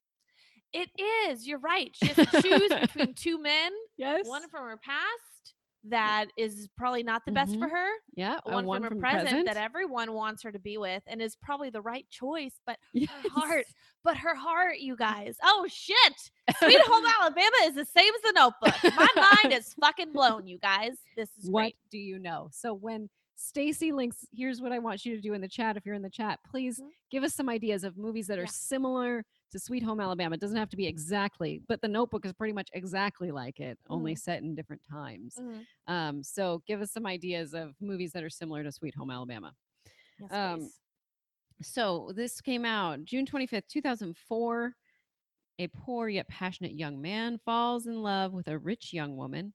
Speaker 3: It is. You're right. She has to choose between two men.
Speaker 2: Yes.
Speaker 3: One from her past that is probably not the best for her.
Speaker 2: yeah, and
Speaker 3: One,
Speaker 2: Mm-hmm. Uh, one
Speaker 3: from her
Speaker 2: from
Speaker 3: present,
Speaker 2: present.
Speaker 3: that everyone wants her to be with and is probably the right choice, but her
Speaker 2: Yes.
Speaker 3: heart, but her heart,
Speaker 2: Mm.
Speaker 3: you guys. Oh shit. Sweet Home Alabama is the same as the notebook. My mind is fucking blown, you guys. This is
Speaker 2: what
Speaker 3: great.
Speaker 2: do you know? So when Stacy links, here's what I want you to do in the chat. If you're in the chat, please
Speaker 3: Mhm.
Speaker 2: give us some ideas of movies that are
Speaker 3: Yeah.
Speaker 2: similar to Sweet Home Alabama. It doesn't have to be exactly, but The Notebook is pretty much exactly like it, only
Speaker 3: Mm-hmm.
Speaker 2: set in different times.
Speaker 3: Mhm.
Speaker 2: Um, so give us some ideas of movies that are similar to Sweet Home Alabama.
Speaker 3: Yes,
Speaker 2: Um,
Speaker 3: please.
Speaker 2: So this came out June 25th, 2004. A poor yet passionate young man falls in love with a rich young woman,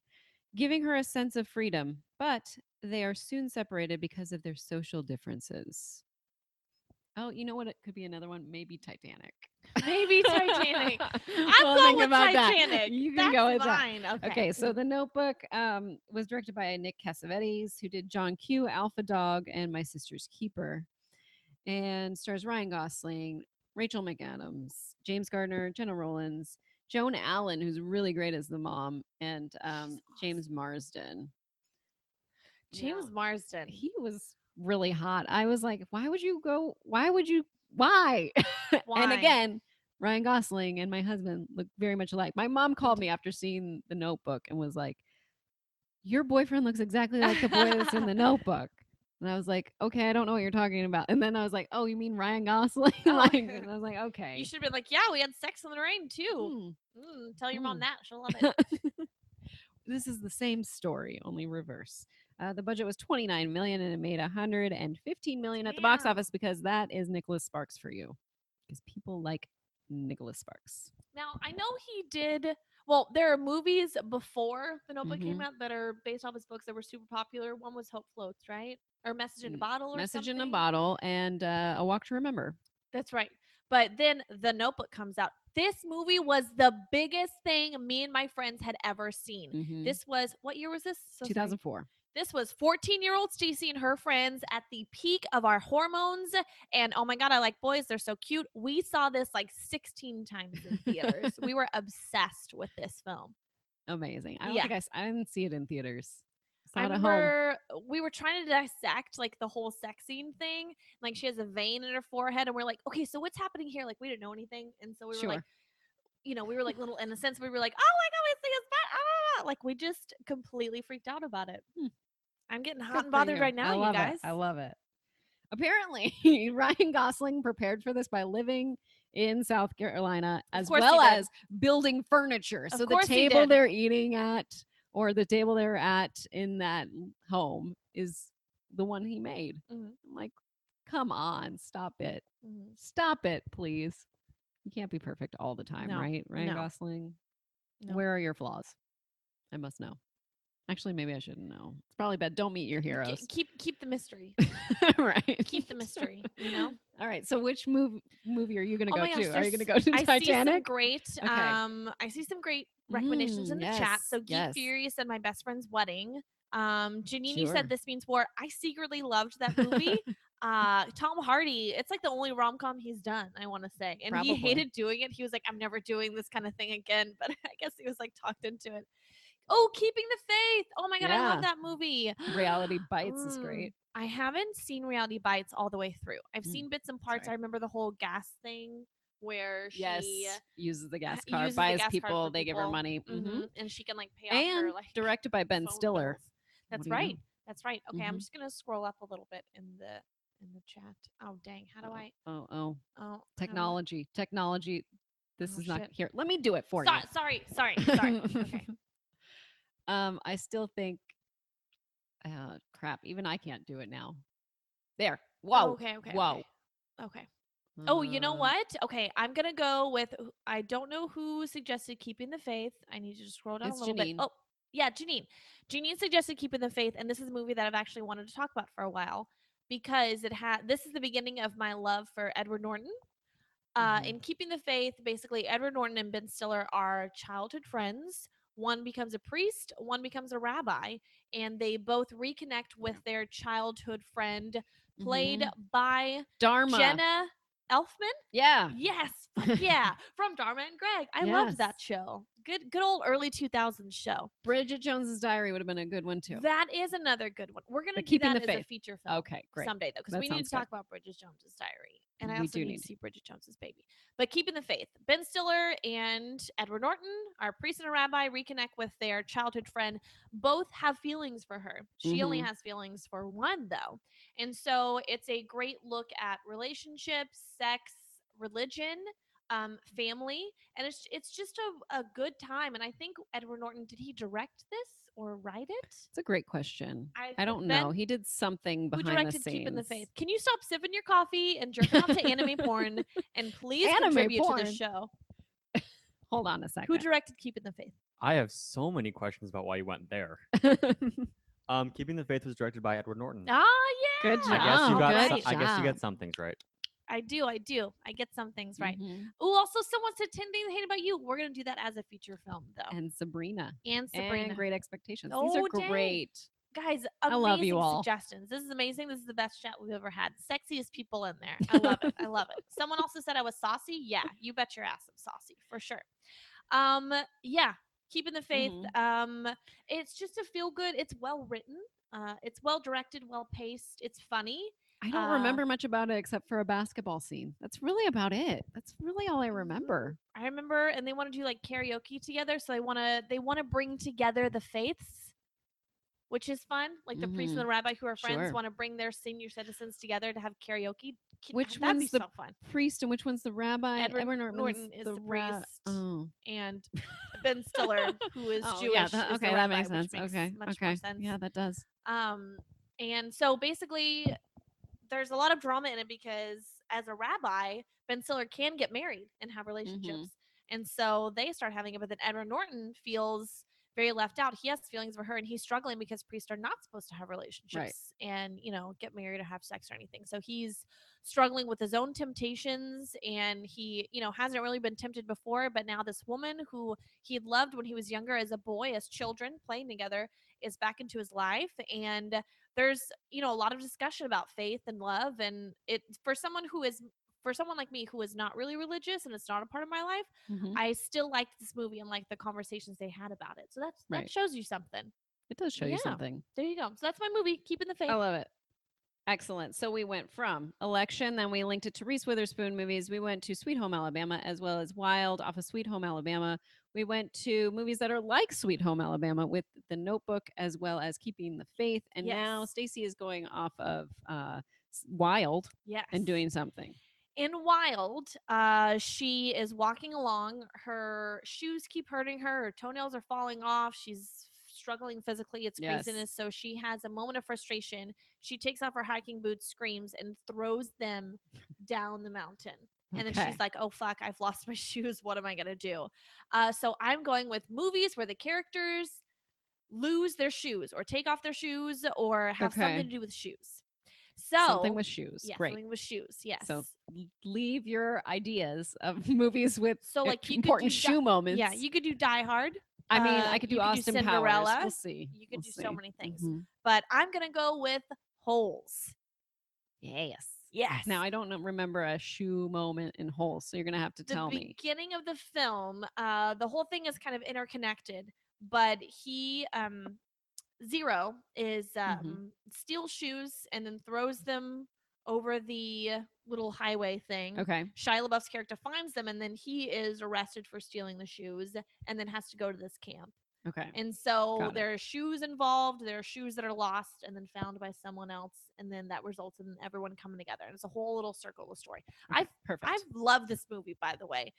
Speaker 2: giving her a sense of freedom, but they are soon separated because of their social differences. Oh, you know what? It could be another one. Maybe Titanic.
Speaker 3: Maybe Titanic. I'm
Speaker 2: We'll
Speaker 3: going
Speaker 2: think
Speaker 3: with
Speaker 2: about that.
Speaker 3: Titanic.
Speaker 2: You can
Speaker 3: That's
Speaker 2: go with that.
Speaker 3: mine. Okay.
Speaker 2: Okay, so The Notebook um, was directed by Nick Cassavetes, who did John Q, Alpha Dog, and My Sister's Keeper, and stars Ryan Gosling, Rachel McAdams, James Gardner, Jenna Rollins, Joan Allen, who's really great as the mom, and um, James Marsden.
Speaker 3: James
Speaker 2: Yeah.
Speaker 3: Marsden.
Speaker 2: He was really hot. I was like, why would you go? Why would you? Why? and
Speaker 3: Why?
Speaker 2: again, Ryan Gosling and my husband look very much alike. My mom called me after seeing the notebook and was like, Your boyfriend looks exactly like the boy that's in the notebook. And I was like, Okay, I don't know what you're talking about. And then I was like, Oh, you mean Ryan Gosling?
Speaker 3: Oh.
Speaker 2: like, and I was like, Okay.
Speaker 3: You should have been like, yeah, we had sex in the rain too.
Speaker 2: hmm,
Speaker 3: Mm, tell your
Speaker 2: Mm.
Speaker 3: mom that. She'll love it.
Speaker 2: This is the same story, only reverse. Uh, the budget was 29 million and it made 115 million at the box
Speaker 3: Damn.
Speaker 2: office because that is Nicholas Sparks for you. Because people like Nicholas Sparks.
Speaker 3: now, I know he did. Well, there are movies before The Notebook came
Speaker 2: Mhm.
Speaker 3: out that are based off his books that were super popular. One was Hope Floats, right? Or Message in a
Speaker 2: Mm,
Speaker 3: Bottle or
Speaker 2: Message in a
Speaker 3: something.
Speaker 2: Bottle and uh, A Walk to Remember.
Speaker 3: That's right. But then The Notebook comes out. This movie was the biggest thing me and my friends had ever seen.
Speaker 2: Mhm.
Speaker 3: This was what year was this? Mm-hmm. So sorry.
Speaker 2: 2004.
Speaker 3: This was 14 year old Stacy and her friends at the peak of our hormones. And oh my God, I like boys. They're so cute. We saw this like 16 times in theaters. we were obsessed with this film.
Speaker 2: Amazing. I don't
Speaker 3: Yeah.
Speaker 2: think I, s- I didn't see it in theaters. Saw
Speaker 3: I
Speaker 2: it at home.
Speaker 3: remember we were trying to dissect like the whole sex scene thing. Like she has a vein in her forehead, and we're like, okay, so what's happening here? Like we didn't know anything. And so we
Speaker 2: sure.
Speaker 3: were like, you know, we were like little innocents. We were like, oh my god, we see his butt. ah, ah, ah," Like we just completely freaked out about it.
Speaker 2: Hmm.
Speaker 3: I'm getting
Speaker 2: Good
Speaker 3: hot
Speaker 2: for
Speaker 3: and bothered
Speaker 2: you.
Speaker 3: right
Speaker 2: I
Speaker 3: now, you
Speaker 2: love
Speaker 3: guys.
Speaker 2: It. I love it. Apparently, Ryan Gosling prepared for this by living in South Carolina
Speaker 3: Of
Speaker 2: as
Speaker 3: course he
Speaker 2: well
Speaker 3: did.
Speaker 2: as building furniture.
Speaker 3: Of
Speaker 2: so the
Speaker 3: course he
Speaker 2: table
Speaker 3: did.
Speaker 2: they're eating at or the table they're at in that l- home is the one he made.
Speaker 3: Mhm.
Speaker 2: I'm like, come on, stop it.
Speaker 3: Mhm.
Speaker 2: Stop it, please. You can't be perfect all the time,
Speaker 3: No,
Speaker 2: right? Ryan
Speaker 3: no,
Speaker 2: Gosling.
Speaker 3: no.
Speaker 2: Where are your flaws? I must know. Actually, maybe I shouldn't know. It's probably bad. Don't meet your
Speaker 3: Ke-
Speaker 2: heroes.
Speaker 3: Keep keep the mystery.
Speaker 2: right.
Speaker 3: Keep the mystery. You know.
Speaker 2: All right. So which move movie are you gonna
Speaker 3: Oh
Speaker 2: go
Speaker 3: my gosh,
Speaker 2: to? Are you gonna
Speaker 3: there's-
Speaker 2: go to
Speaker 3: I see some
Speaker 2: Titanic?
Speaker 3: great.
Speaker 2: Okay.
Speaker 3: Um, I see some great recommendations in the
Speaker 2: Mm,
Speaker 3: chat.
Speaker 2: yes,
Speaker 3: So Geek
Speaker 2: yes.
Speaker 3: Furious and My Best Friend's Wedding. Um, Janine, you
Speaker 2: Sure.
Speaker 3: said this means war. I secretly loved that movie. uh, Tom Hardy. It's like the only rom com he's done. I want to say, and
Speaker 2: Probably.
Speaker 3: he hated doing it. He was like, "I'm never doing this kind of thing again." But I guess he was like talked into it. Oh, Keeping the Faith. Oh my god, I
Speaker 2: Yeah.
Speaker 3: love that movie.
Speaker 2: Reality Bites is
Speaker 3: Mm.
Speaker 2: great.
Speaker 3: I haven't seen Reality Bites all the way through. I've
Speaker 2: Mm,
Speaker 3: seen bits and parts.
Speaker 2: sorry.
Speaker 3: I remember the whole gas thing where she
Speaker 2: yes, uses the gas car,
Speaker 3: uses the
Speaker 2: buys
Speaker 3: gas card
Speaker 2: people,
Speaker 3: for
Speaker 2: they give her
Speaker 3: people.
Speaker 2: money. hmm
Speaker 3: mhm, and she can like pay off her,
Speaker 2: And
Speaker 3: like,
Speaker 2: directed by Ben
Speaker 3: phone
Speaker 2: Stiller.
Speaker 3: bills. That's
Speaker 2: do you know?
Speaker 3: right. That's right. Okay, I'm
Speaker 2: Mhm.
Speaker 3: just gonna scroll up a little bit in the in the chat. Oh dang, how do I?
Speaker 2: Oh, oh,
Speaker 3: Oh, how do I-
Speaker 2: technology, technology. This
Speaker 3: Oh,
Speaker 2: is not
Speaker 3: shit.
Speaker 2: here. Let me do it for
Speaker 3: So-
Speaker 2: you.
Speaker 3: Sorry, sorry, sorry. okay.
Speaker 2: um, I still think, uh, crap. Even I can't do it now. There. Whoa.
Speaker 3: okay, okay,
Speaker 2: Whoa.
Speaker 3: okay. Okay. Oh, you know
Speaker 2: Uh,
Speaker 3: what? Okay, I'm gonna go with. who- I don't know who suggested keeping the faith. I need to scroll down
Speaker 2: It's
Speaker 3: a little
Speaker 2: Janine.
Speaker 3: bit. Oh, yeah, Janine. Janine suggested keeping the faith, and this is a movie that I've actually wanted to talk about for a while because it had. This is the beginning of my love for Edward Norton. Uh,
Speaker 2: Mhm.
Speaker 3: In Keeping the Faith, basically Edward Norton and Ben Stiller are childhood friends. One becomes a priest, one becomes a rabbi, and they both reconnect with their childhood friend, played
Speaker 2: mhm.
Speaker 3: by
Speaker 2: Dharma.
Speaker 3: Jenna Elfman.
Speaker 2: yeah.
Speaker 3: Yes, fuck yeah, from Dharma and Greg. I love that show. Good, good old early 2000s show.
Speaker 2: Bridget Jones's Diary would have been a good one too.
Speaker 3: That is another good one. We're gonna do
Speaker 2: Keeping
Speaker 3: that
Speaker 2: the
Speaker 3: as a
Speaker 2: Faith.
Speaker 3: feature film
Speaker 2: okay, great.
Speaker 3: someday though, because
Speaker 2: That
Speaker 3: we need
Speaker 2: sounds
Speaker 3: to
Speaker 2: good.
Speaker 3: talk about Bridget Jones's Diary, and I
Speaker 2: We
Speaker 3: also
Speaker 2: do
Speaker 3: need,
Speaker 2: need
Speaker 3: to
Speaker 2: to.
Speaker 3: see Bridget Jones's Baby. But keeping the faith, Ben Stiller and Edward Norton, our priest and a rabbi, reconnect with their childhood friend. Both have feelings for her. She only
Speaker 2: Mm-hmm.
Speaker 3: has feelings for one though, and so it's a great look at relationships, sex, religion. Um, family, and it's it's just a, a good time. And I think Edward Norton did he direct this or write it?
Speaker 2: It's a great question.
Speaker 3: I-
Speaker 2: I, don't
Speaker 3: Ben,
Speaker 2: know. He did something
Speaker 3: who
Speaker 2: behind
Speaker 3: directed
Speaker 2: the scenes.
Speaker 3: Keeping the Faith. Can you stop sipping your coffee and jerking off to anime porn and please
Speaker 2: Anime
Speaker 3: contribute to the
Speaker 2: porn.
Speaker 3: show?
Speaker 2: Hold on a second.
Speaker 3: Who directed Keeping the Faith?
Speaker 4: I have so many questions about why you went there. Um, Keeping the Faith was directed by Edward Norton.
Speaker 3: Ah, yeah.
Speaker 2: Good
Speaker 4: I guess you
Speaker 2: job.
Speaker 4: got.
Speaker 2: Good
Speaker 4: so- I guess you
Speaker 2: job.
Speaker 4: got some things right.
Speaker 3: I do. I do. I get some things right.
Speaker 2: Mhm.
Speaker 3: Oh, also, someone said 10 Things I Hate About You. We're going to do that as a feature film, though. And,
Speaker 2: And Sabrina.
Speaker 3: Oh. Sabrina.
Speaker 2: And Great Expectations.
Speaker 3: Oh,
Speaker 2: These
Speaker 3: dang.
Speaker 2: are great.
Speaker 3: Guys, amazing
Speaker 2: I love you all.
Speaker 3: suggestions. This is amazing. This is the best chat we've ever had. Sexiest people in there. I love it. I love it. Someone also said I was saucy. Yeah, you bet your ass I'm saucy for sure. Um, yeah, keeping the faith.
Speaker 2: Mhm.
Speaker 3: Um, it's just a feel good. It's well written. Uh, it's well directed, well paced. It's funny.
Speaker 2: I don't
Speaker 3: Uh,
Speaker 2: remember much about it except for a basketball scene. That's really about it. That's really all I
Speaker 3: Mm-hmm.
Speaker 2: remember.
Speaker 3: I remember, and they want to do like karaoke together. So they want to they want to bring together the faiths, which is fun. Like the priest and
Speaker 2: Mhm.
Speaker 3: the rabbi, who are friends,
Speaker 2: Sure.
Speaker 3: want to bring their senior citizens together to have karaoke. Ki-
Speaker 2: Which
Speaker 3: that'd be
Speaker 2: one's the
Speaker 3: so fun?
Speaker 2: Priest and which one's the rabbi?
Speaker 3: Edward
Speaker 2: Norton's
Speaker 3: Norton is the
Speaker 2: ra-
Speaker 3: priest.
Speaker 2: Oh,
Speaker 3: And Ben Stiller, who is
Speaker 2: Oh,
Speaker 3: Jewish,
Speaker 2: yeah. that-
Speaker 3: is the
Speaker 2: okay, that
Speaker 3: rabbi,
Speaker 2: makes
Speaker 3: which
Speaker 2: sense. okay,
Speaker 3: much
Speaker 2: okay,
Speaker 3: more sense.
Speaker 2: yeah, that does.
Speaker 3: Um, and so basically, there's a lot of drama in it because as a rabbi, Ben Stiller can get married and have
Speaker 2: Mm-hmm.
Speaker 3: relationships. And so they start having it, but then Edward Norton feels very left out. He has feelings for her and he's struggling because priests are not supposed to have relationships and, you know, get married or have sex or anything. So he's struggling with his own temptations and he, you know, hasn't really been tempted before. But now this woman who he had loved when he was younger as a boy, as children playing together, is back into his life and there's you know a lot of discussion about faith and love and it for someone who is for someone like me who is not really religious and it's not a part of my life
Speaker 2: Mhm.
Speaker 3: i still liked this movie and like the conversations they had about it so that's that
Speaker 2: Right.
Speaker 3: shows you something
Speaker 2: It does show
Speaker 3: yeah.
Speaker 2: you something.
Speaker 3: there you go so that's my movie keeping the faith
Speaker 2: I love it. Excellent. So we went from election, then we linked it to Reese Witherspoon movies. We went to Sweet Home Alabama as well as Wild off of Sweet Home Alabama. We went to movies that are like Sweet Home Alabama with The Notebook as well as Keeping the Faith. And now
Speaker 3: Yes.
Speaker 2: Stacy is going off of uh, s- Wild
Speaker 3: yes
Speaker 2: and doing something.
Speaker 3: in wild uh she is walking along her shoes keep hurting her her toenails are falling off she's struggling physically it's
Speaker 2: Yes.
Speaker 3: craziness so she has a moment of frustration she takes off her hiking boots screams and throws them down the mountain and then
Speaker 2: Okay.
Speaker 3: she's like, oh fuck, I've lost my shoes. What am I going to do? Uh, so I'm going with movies where the characters lose their shoes or take off their shoes or have
Speaker 2: Okay.
Speaker 3: something to do with shoes. So,
Speaker 2: something with shoes.
Speaker 3: yeah,
Speaker 2: Great.
Speaker 3: something with shoes. Yes.
Speaker 2: So l- leave your ideas of movies with
Speaker 3: So
Speaker 2: i-
Speaker 3: like you
Speaker 2: important
Speaker 3: could do
Speaker 2: shoe
Speaker 3: Di-
Speaker 2: moments.
Speaker 3: yeah, you could do Die Hard.
Speaker 2: I mean,
Speaker 3: uh,
Speaker 2: I could do
Speaker 3: you could do
Speaker 2: Austin Powers.
Speaker 3: Cinderella.
Speaker 2: We'll see.
Speaker 3: You could
Speaker 2: We'll
Speaker 3: do so
Speaker 2: see.
Speaker 3: many things.
Speaker 2: Mhm.
Speaker 3: But I'm gonna go with holes.
Speaker 2: Yes.
Speaker 3: Yes.
Speaker 2: Now I don't know- remember a shoe moment in whole, so you're gonna have to
Speaker 3: the
Speaker 2: tell me.
Speaker 3: beginning of the film, uh, the whole thing is kind of interconnected. But he,
Speaker 2: Mm-hmm.
Speaker 3: um, Zero, is um, steals shoes and then throws them over the little highway thing.
Speaker 2: Okay.
Speaker 3: Shia LaBeouf's character finds them, and then he is arrested for stealing the shoes, and then has to go to this camp.
Speaker 2: Okay.
Speaker 3: And so
Speaker 2: Got it.
Speaker 3: there are shoes involved. There are shoes that are lost and then found by someone else, and then that results in everyone coming together. And it's a whole little circle of story.
Speaker 2: Okay,
Speaker 3: I've-
Speaker 2: perfect.
Speaker 3: I love this movie, by the way.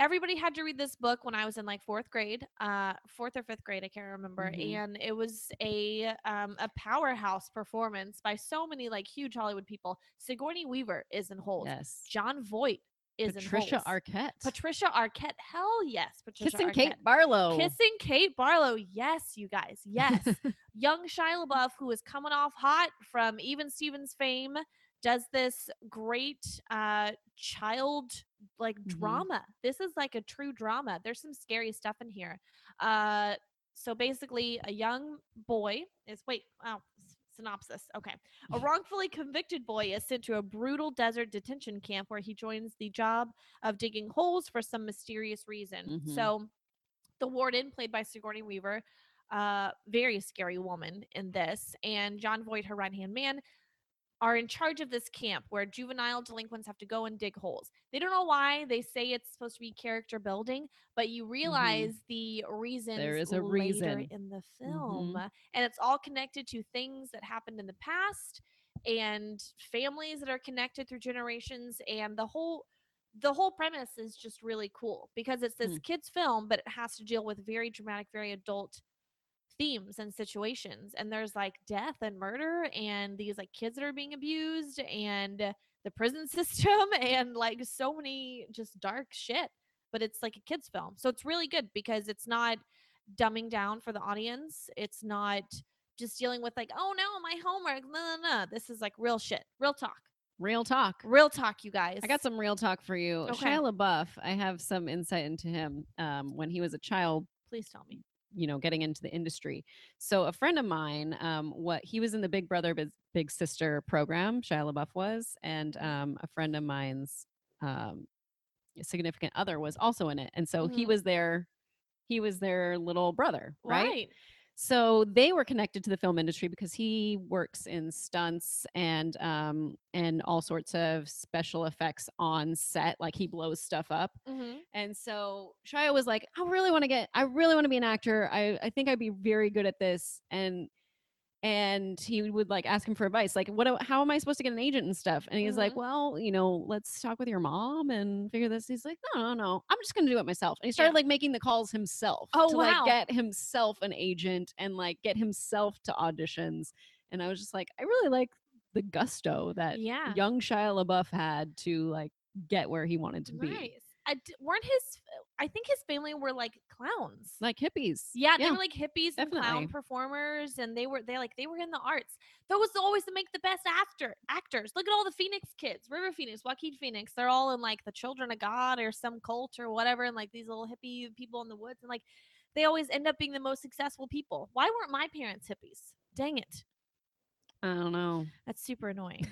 Speaker 3: Everybody had to read this book when I was in like fourth grade, uh, fourth or fifth grade, I can't remember.
Speaker 2: Mhm.
Speaker 3: And it was a um, a powerhouse performance by so many like huge Hollywood people. Sigourney Weaver is in Holt.
Speaker 2: yes.
Speaker 3: John Voight is in
Speaker 2: Patricia
Speaker 3: Holt.
Speaker 2: Arquette.
Speaker 3: Patricia Arquette. Hell yes, Patricia
Speaker 2: Kissing
Speaker 3: Arquette.
Speaker 2: Kate Barlow.
Speaker 3: Kissing Kate Barlow. Yes, you guys. Yes. Young Shia LaBeouf, who is coming off hot from Even Stevens fame, does this great uh child like
Speaker 2: Mhm.
Speaker 3: drama. This is like a true drama. There's some scary stuff in here. Uh so basically a young boy is wait, oh s- synopsis. Okay. A wrongfully convicted boy is sent to a brutal desert detention camp where he joins the job of digging holes for some mysterious reason.
Speaker 2: Mhm.
Speaker 3: So the warden, played by Sigourney Weaver, uh, very scary woman in this, and John Voight, her right hand man, are in charge of this camp where juvenile delinquents have to go and dig holes. They don't know why. They say it's supposed to be character building, but you realize the reason
Speaker 2: Mm-hmm. is a
Speaker 3: later
Speaker 2: reason.
Speaker 3: in the film, and it's all connected to things that happened in the past and families that are connected through generations and the whole the whole premise is just really cool because it's this
Speaker 2: Hmm.
Speaker 3: kids film but it has to deal with very dramatic very adult themes and situations and there's like death and murder and these like kids that are being abused and the prison system and like so many just dark shit but it's like a kids film so it's really good because it's not dumbing down for the audience it's not just dealing with like oh no my homework no no no this is like real shit real talk
Speaker 2: Real talk.
Speaker 3: real talk you guys
Speaker 2: I got some real talk for you.
Speaker 3: Okay.
Speaker 2: Shia LaBeouf, I have some insight into him um, when he was a child,
Speaker 3: please tell me
Speaker 2: you know, getting into the industry. So a friend of mine, um, what he was in the Big Brother Biz- Big Sister program, Shia LaBeouf was, and um, a friend of mine's um, significant other was also in it, and so he
Speaker 3: Mhm.
Speaker 2: was their he was their little brother, right?
Speaker 3: right
Speaker 2: so they were connected to the film industry because he works in stunts and um and all sorts of special effects on set like he blows stuff up
Speaker 3: Mhm.
Speaker 2: and so shia was like i really want to get i really want to be an actor i i think i'd be very good at this and and he would like ask him for advice like what do- how am i supposed to get an agent and stuff and he's like
Speaker 3: Mhm.
Speaker 2: well you know let's talk with your mom and figure this he's like no no no i'm just gonna do it myself and he started
Speaker 3: Yeah.
Speaker 2: like making the calls himself
Speaker 3: Oh,
Speaker 2: to
Speaker 3: wow.
Speaker 2: like get himself an agent and like get himself to auditions and i was just like i really like the gusto that
Speaker 3: yeah
Speaker 2: young shia labeouf had to like get where he wanted to be
Speaker 3: nice I d- weren't his i think his family were like clowns
Speaker 2: like hippies
Speaker 3: yeah, they were like hippies and
Speaker 2: definitely.
Speaker 3: clown performers, and they were they like they were in the arts. Those always to make the best after actors. Look at all the Phoenix kids, River Phoenix, Joaquin Phoenix. They're all in like the Children of God or some cult or whatever, and like these little hippie people in the woods, and like they always end up being the most successful people. Why weren't my parents hippies? Dang it,
Speaker 2: I don't know.
Speaker 3: that's super annoying.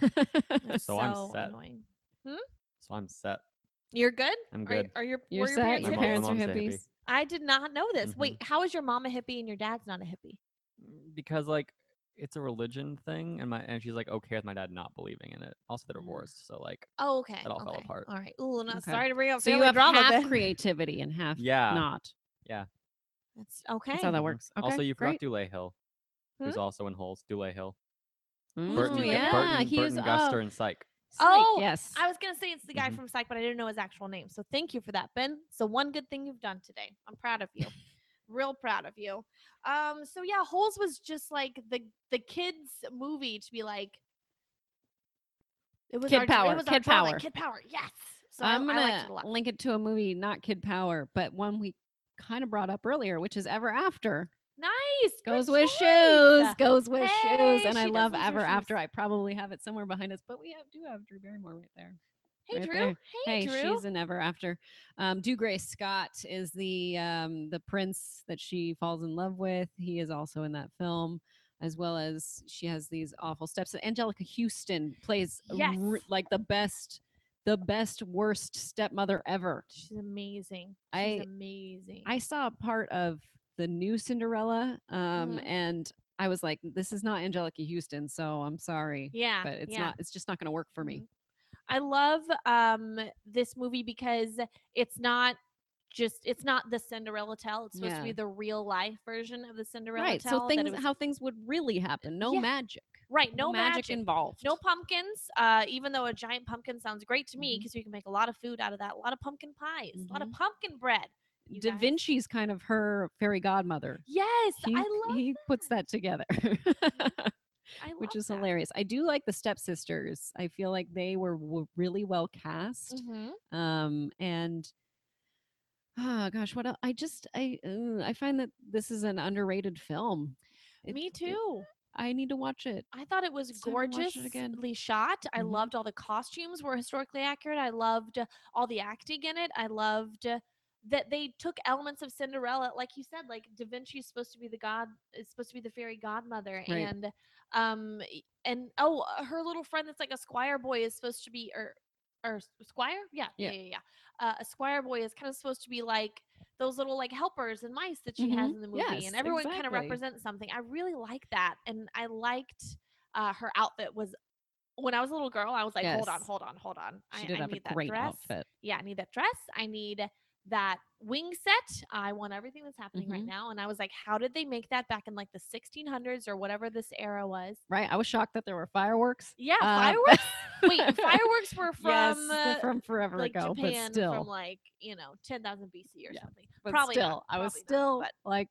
Speaker 3: That's
Speaker 4: So I'm set.
Speaker 3: annoying.
Speaker 4: So I'm set.
Speaker 3: You're good.
Speaker 4: I'm
Speaker 3: Are,
Speaker 4: good.
Speaker 3: are your
Speaker 2: You're
Speaker 3: were your
Speaker 2: set.
Speaker 3: parents
Speaker 2: Your
Speaker 3: hippies?
Speaker 4: My mom-
Speaker 2: parents are
Speaker 4: mom's a hippie.
Speaker 2: hippies.
Speaker 3: I did not know this.
Speaker 4: Mhm.
Speaker 3: Wait, how is your mom a hippie and your dad's not a hippie?
Speaker 4: Mm, Because like it's a religion thing, and my and she's like okay with my dad not believing in it. Also, they're
Speaker 2: Mm.
Speaker 4: divorced, so like
Speaker 3: Oh, okay.
Speaker 4: all fell
Speaker 3: okay,
Speaker 4: apart.
Speaker 3: All right. Ooh, not
Speaker 2: Okay.
Speaker 3: sorry to bring up
Speaker 2: So you
Speaker 3: family
Speaker 2: have
Speaker 3: drama.
Speaker 2: half
Speaker 3: but-
Speaker 2: creativity and half
Speaker 4: yeah.
Speaker 2: not.
Speaker 3: That's okay.
Speaker 2: That's how that
Speaker 4: Mhm.
Speaker 2: works. Okay,
Speaker 4: also, you forgot
Speaker 2: great.
Speaker 4: Dule Hill, who's also in Holes. Dule Hill.
Speaker 2: Mm,
Speaker 4: Burton,
Speaker 3: Ooh,
Speaker 2: yeah,
Speaker 4: Burton,
Speaker 2: he was.
Speaker 4: Burton
Speaker 2: oh,
Speaker 4: Guster, and Psych.
Speaker 2: Snake,
Speaker 3: Oh,
Speaker 2: yes.
Speaker 3: I was gonna say it's the guy
Speaker 4: Mhm.
Speaker 2: Mm-hmm.
Speaker 3: from Psych, but I didn't know his actual name. So thank you for that, Ben. So one good thing you've done today. I'm proud of you. Real proud of you. Um, so yeah, Holes was just like the the kids movie to be like. It was
Speaker 2: Kid
Speaker 3: our,
Speaker 2: power,
Speaker 3: It was our
Speaker 2: kid
Speaker 3: drama,
Speaker 2: power.
Speaker 3: Kid power. Yes. So I-
Speaker 2: I'm
Speaker 3: I
Speaker 2: gonna
Speaker 3: liked it a lot.
Speaker 2: link it to a movie, not Kid Power, but one we kind of brought up earlier, which is Ever After.
Speaker 3: Nice. good
Speaker 2: Goes with
Speaker 3: choice.
Speaker 2: shoes. Goes with shoes.
Speaker 3: Hey,
Speaker 2: And I
Speaker 3: she does
Speaker 2: love
Speaker 3: love her
Speaker 2: Ever
Speaker 3: shoes.
Speaker 2: After. I probably have it somewhere behind us, but we have, do have Drew Barrymore right there.
Speaker 3: Hey,
Speaker 2: right
Speaker 3: Drew.
Speaker 2: there.
Speaker 3: Hey,
Speaker 2: Hey,
Speaker 3: Drew.
Speaker 2: she's in Ever After. Um, Do Grace Scott is the um, the prince that she falls in love with. He is also in that film, as well as she has these awful steps. And Angelica Houston plays a
Speaker 3: Yes.
Speaker 2: r- like the best, the best worst stepmother ever.
Speaker 3: She's amazing. She's
Speaker 2: I-
Speaker 3: amazing.
Speaker 2: I saw a part of the new Cinderella, um,
Speaker 3: Mhm.
Speaker 2: and I was like, this is not Angelica Houston, so I'm sorry,
Speaker 3: Yeah.
Speaker 2: but it's
Speaker 3: yeah.
Speaker 2: not. It's just not going to work for me.
Speaker 3: Mhm. I love um this movie because it's not just it's not the Cinderella tale. It's supposed
Speaker 2: Yeah.
Speaker 3: to be the real life version of the Cinderella
Speaker 2: Right.
Speaker 3: tale.
Speaker 2: So
Speaker 3: that it
Speaker 2: things
Speaker 3: was-
Speaker 2: how things would really happen. No
Speaker 3: Yeah.
Speaker 2: magic.
Speaker 3: right, no,
Speaker 2: magic,
Speaker 3: magic,
Speaker 2: involved.
Speaker 3: no pumpkins. Uh, even though a giant pumpkin sounds great to me
Speaker 2: Mhm.
Speaker 3: because you can make a lot of food out of that. A lot of pumpkin pies, a lot of pumpkin bread.
Speaker 2: Mm-hmm.
Speaker 3: you
Speaker 2: Da
Speaker 3: guys.
Speaker 2: Vinci's kind of her fairy godmother.
Speaker 3: Yes,
Speaker 2: He,
Speaker 3: I love.
Speaker 2: he puts that together.
Speaker 3: I love
Speaker 2: Which is
Speaker 3: that.
Speaker 2: hilarious. I do like the stepsisters. I feel like they were w- really well cast.
Speaker 3: Mhm.
Speaker 2: um and oh gosh what el- i just i uh, i find that this is an underrated film It-
Speaker 3: Me
Speaker 2: it-
Speaker 3: too.
Speaker 2: i need to watch it
Speaker 3: I thought it was
Speaker 2: So I haven't watched it
Speaker 3: gorgeously
Speaker 2: again.
Speaker 3: shot. I
Speaker 2: Mhm.
Speaker 3: loved all the costumes were historically accurate. I loved all the acting in it. I loved uh, that they took elements of Cinderella, like you said, like Da Vinci is supposed to be the god, is supposed to be the fairy godmother,
Speaker 2: Right.
Speaker 3: and um, y- and oh, uh, her little friend that's like a squire boy is supposed to be or or s- squire, yeah,
Speaker 2: Yeah.
Speaker 3: yeah, yeah. yeah. Uh, a squire boy is kind of supposed to be like those little like helpers and mice that she has
Speaker 2: Mhm.
Speaker 3: in the movie,
Speaker 2: Yes,
Speaker 3: and everyone kind of
Speaker 2: exactly.
Speaker 3: represents something. I really like that, and I liked uh, her outfit was. When I was a little girl, I was like, "Hold on,
Speaker 2: Yes.
Speaker 3: hold on, hold on!
Speaker 2: she
Speaker 3: I,
Speaker 2: did
Speaker 3: I
Speaker 2: have
Speaker 3: need
Speaker 2: a
Speaker 3: that
Speaker 2: great
Speaker 3: dress.
Speaker 2: outfit
Speaker 3: Yeah, I need that dress. I need that wing set. I want everything that's happening right
Speaker 2: Mhm.
Speaker 3: now." And I was like, "How did they make that back in like the 1600s or whatever this era was?"
Speaker 2: right i was shocked that there were fireworks
Speaker 3: Yeah,
Speaker 2: Uh,
Speaker 3: fireworks. Wait, fireworks were from
Speaker 2: yes, they're
Speaker 3: uh,
Speaker 2: from forever
Speaker 3: like
Speaker 2: ago
Speaker 3: Japan
Speaker 2: but still
Speaker 3: from like you know 10,000 BC or
Speaker 2: Yeah,
Speaker 3: something.
Speaker 2: but
Speaker 3: probably
Speaker 2: still
Speaker 3: not,
Speaker 2: i was
Speaker 3: probably not,
Speaker 2: still
Speaker 3: but-
Speaker 2: like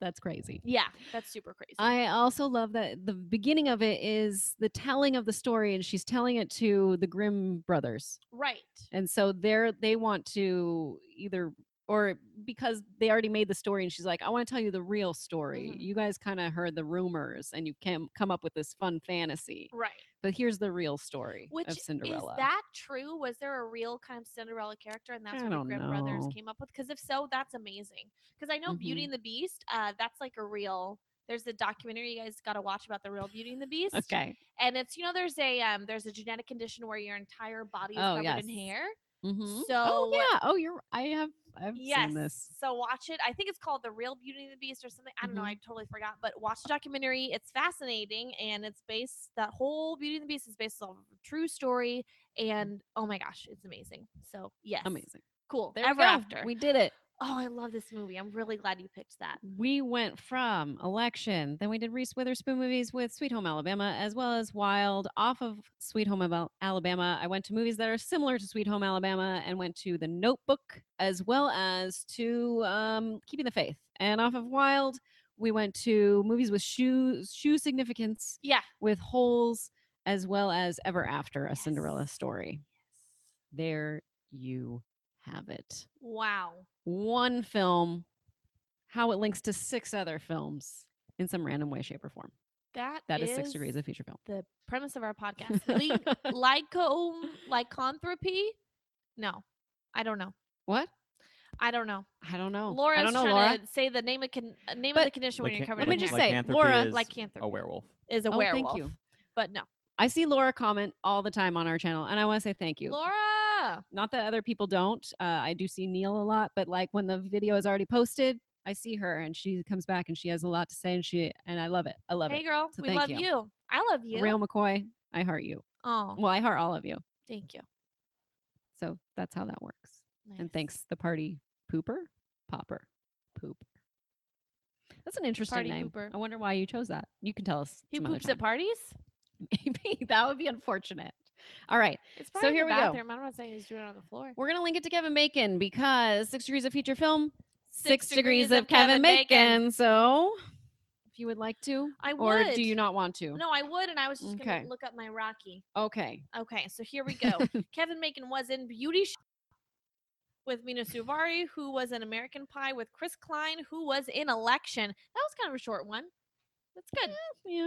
Speaker 2: that's crazy
Speaker 3: yeah, that's super crazy.
Speaker 2: I also love that the beginning of it is the telling of the story, and she's telling it to the Grimm brothers.
Speaker 3: right.
Speaker 2: and so they're they want to either or because they already made the story and she's like i want to tell you the real story
Speaker 3: Mhm.
Speaker 2: you guys kind of heard the rumors and you can come up with this fun fantasy
Speaker 3: Right.
Speaker 2: but here's the real story
Speaker 3: Which
Speaker 2: of cinderella
Speaker 3: Is that true? Was there a real kind of Cinderella character, and that's
Speaker 2: I
Speaker 3: what the
Speaker 2: don't
Speaker 3: Grimm brothers
Speaker 2: know.
Speaker 3: came up with? Because if so, that's amazing. Because I know Beauty
Speaker 2: Mhm.
Speaker 3: and the Beast. Uh, that's like a real. There's a documentary you guys got to watch about the real Beauty and the Beast.
Speaker 2: okay
Speaker 3: And it's you know there's a um there's a genetic condition where your entire body is
Speaker 2: Oh,
Speaker 3: covered in
Speaker 2: yes.
Speaker 3: hair.
Speaker 2: mm-hmm. oh
Speaker 3: So-
Speaker 2: yeah oh you're i have i've
Speaker 3: Yes.
Speaker 2: seen this
Speaker 3: So watch it. I think it's called The Real Beauty and the Beast or something. I don't know.
Speaker 2: Mhm.
Speaker 3: I totally forgot. But watch the documentary. It's fascinating and it's based that whole Beauty and the Beast is based on a true story. And oh my gosh, it's amazing. So yes.
Speaker 2: Mm-hmm. amazing
Speaker 3: Cool.
Speaker 2: there
Speaker 3: Ever
Speaker 2: we go
Speaker 3: after.
Speaker 2: we did it
Speaker 3: oh, I love this movie. I'm really glad you picked that.
Speaker 2: we went from election then we did reese witherspoon movies with sweet home alabama as well as wild off of sweet home Abel- alabama i went to movies that are similar to sweet home alabama and went to the notebook as well as to um, keeping the faith and off of wild we went to movies with shoe shoe significance
Speaker 3: Yeah.
Speaker 2: with holes as well as ever after a cinderella
Speaker 3: Yes.
Speaker 2: story there you have it
Speaker 3: Wow.
Speaker 2: one film, how it links to six other films in some random way, shape, or form. That is, six degrees of feature film.
Speaker 3: the premise of our podcast. Le- Lycom lycanthropy? No. I don't know.
Speaker 2: What?
Speaker 3: I don't know.
Speaker 2: I don't know.
Speaker 3: Laura's
Speaker 2: I don't know,
Speaker 3: trying
Speaker 2: Laura.
Speaker 3: to say the name of con- uh, name
Speaker 2: But-
Speaker 3: of the condition when you're
Speaker 4: Lycan-
Speaker 3: covered
Speaker 2: Let
Speaker 3: in
Speaker 2: me
Speaker 3: hair.
Speaker 2: just say,
Speaker 4: lycanthropy
Speaker 2: Laura-
Speaker 4: is
Speaker 3: lycanthropy
Speaker 4: a werewolf.
Speaker 3: is a
Speaker 2: Oh,
Speaker 3: werewolf.
Speaker 2: thank you.
Speaker 3: But no,
Speaker 2: I see Laura comment all the time on our channel, and I want to say thank you.
Speaker 3: Laura.
Speaker 2: Not that other people don't. Uh, I do see Neil a lot, but like when the video is already posted, I see her and she comes back and she has a lot to say, and she and I love it. I love
Speaker 3: Hey,
Speaker 2: it.
Speaker 3: girl.
Speaker 2: So
Speaker 3: we
Speaker 2: thank
Speaker 3: love
Speaker 2: you.
Speaker 3: you. I love you.
Speaker 2: Real McCoy, I heart you.
Speaker 3: oh,
Speaker 2: Well, I heart all of you.
Speaker 3: thank you.
Speaker 2: So that's how that works.
Speaker 3: Nice.
Speaker 2: And thanks, the party pooper, popper, poop. That's an interesting
Speaker 3: Party
Speaker 2: name.
Speaker 3: pooper.
Speaker 2: I wonder why you chose that. You can tell us.
Speaker 3: He
Speaker 2: some other
Speaker 3: poops at
Speaker 2: time.
Speaker 3: parties.
Speaker 2: Maybe that would be unfortunate. All right,
Speaker 3: It's
Speaker 2: So
Speaker 3: probably in
Speaker 2: here
Speaker 3: the
Speaker 2: we go.
Speaker 3: bathroom. I don't want to say he's doing it on the floor.
Speaker 2: we're gonna link it to Kevin Bacon because Six Degrees of Feature Film, Six,
Speaker 3: Six
Speaker 2: Degrees,
Speaker 3: Degrees
Speaker 2: of
Speaker 3: of
Speaker 2: Kevin,
Speaker 3: Kevin
Speaker 2: Bacon.
Speaker 3: Bacon.
Speaker 2: So, if you would like to,
Speaker 3: I
Speaker 2: or
Speaker 3: would.
Speaker 2: do you not want to?
Speaker 3: No, I would, and I was just
Speaker 2: Okay.
Speaker 3: gonna look up my Rocky.
Speaker 2: Okay.
Speaker 3: Okay, so here we go. Kevin Bacon was in Beauty Sh- with Mina Suvari, who was in American Pie with Chris Klein, who was in Election. That was kind of a short one. That's good.
Speaker 2: Yeah.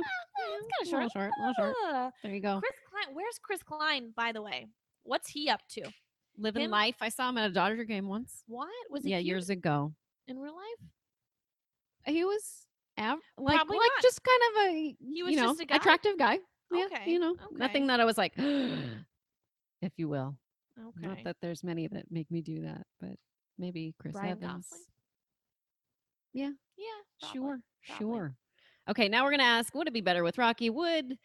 Speaker 3: That's
Speaker 2: yeah,
Speaker 3: kind of short.
Speaker 2: little Ah, short, little short.
Speaker 3: Ah.
Speaker 2: There you go.
Speaker 3: Chris Klein, where's Chris Klein, by the way? What's he up to?
Speaker 2: Living
Speaker 3: him-
Speaker 2: life. I saw him at a Dodger game once.
Speaker 3: What was he?
Speaker 2: Yeah,
Speaker 3: cute
Speaker 2: years ago.
Speaker 3: in real life.
Speaker 2: he was av- like
Speaker 3: Probably
Speaker 2: like
Speaker 3: not.
Speaker 2: just kind of a he
Speaker 3: was
Speaker 2: you know
Speaker 3: just a guy?
Speaker 2: attractive guy. Yeah,
Speaker 3: Okay,
Speaker 2: you know
Speaker 3: okay.
Speaker 2: nothing that I was like, if you will.
Speaker 3: Okay.
Speaker 2: Not that there's many that make me do that, but maybe Chris Evans.
Speaker 3: Ryan Gosling? Yeah. probably.
Speaker 2: Sure,
Speaker 3: probably.
Speaker 2: sure. Okay, now we're going to ask would it be better with Rocky? Would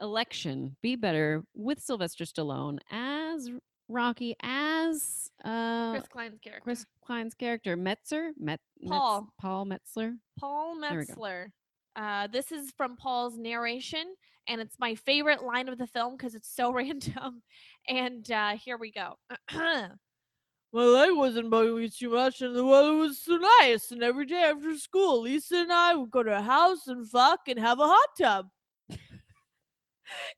Speaker 2: election be better with Sylvester Stallone as R- Rocky, as uh,
Speaker 3: Chris
Speaker 2: Chris,
Speaker 3: Klein's character.
Speaker 2: Klein's character, Metzer? Met, Metz-
Speaker 3: Paul.
Speaker 2: Paul Metzler?
Speaker 3: Paul
Speaker 2: There we go.
Speaker 3: Metzler. Uh, this is from Paul's narration, and it's my favorite line of the film because it's so random. And uh, here we go. My leg wasn't bugging me too much, and the weather was so nice. And every day after school, Lisa and I would go to her house and fuck and have a hot tub.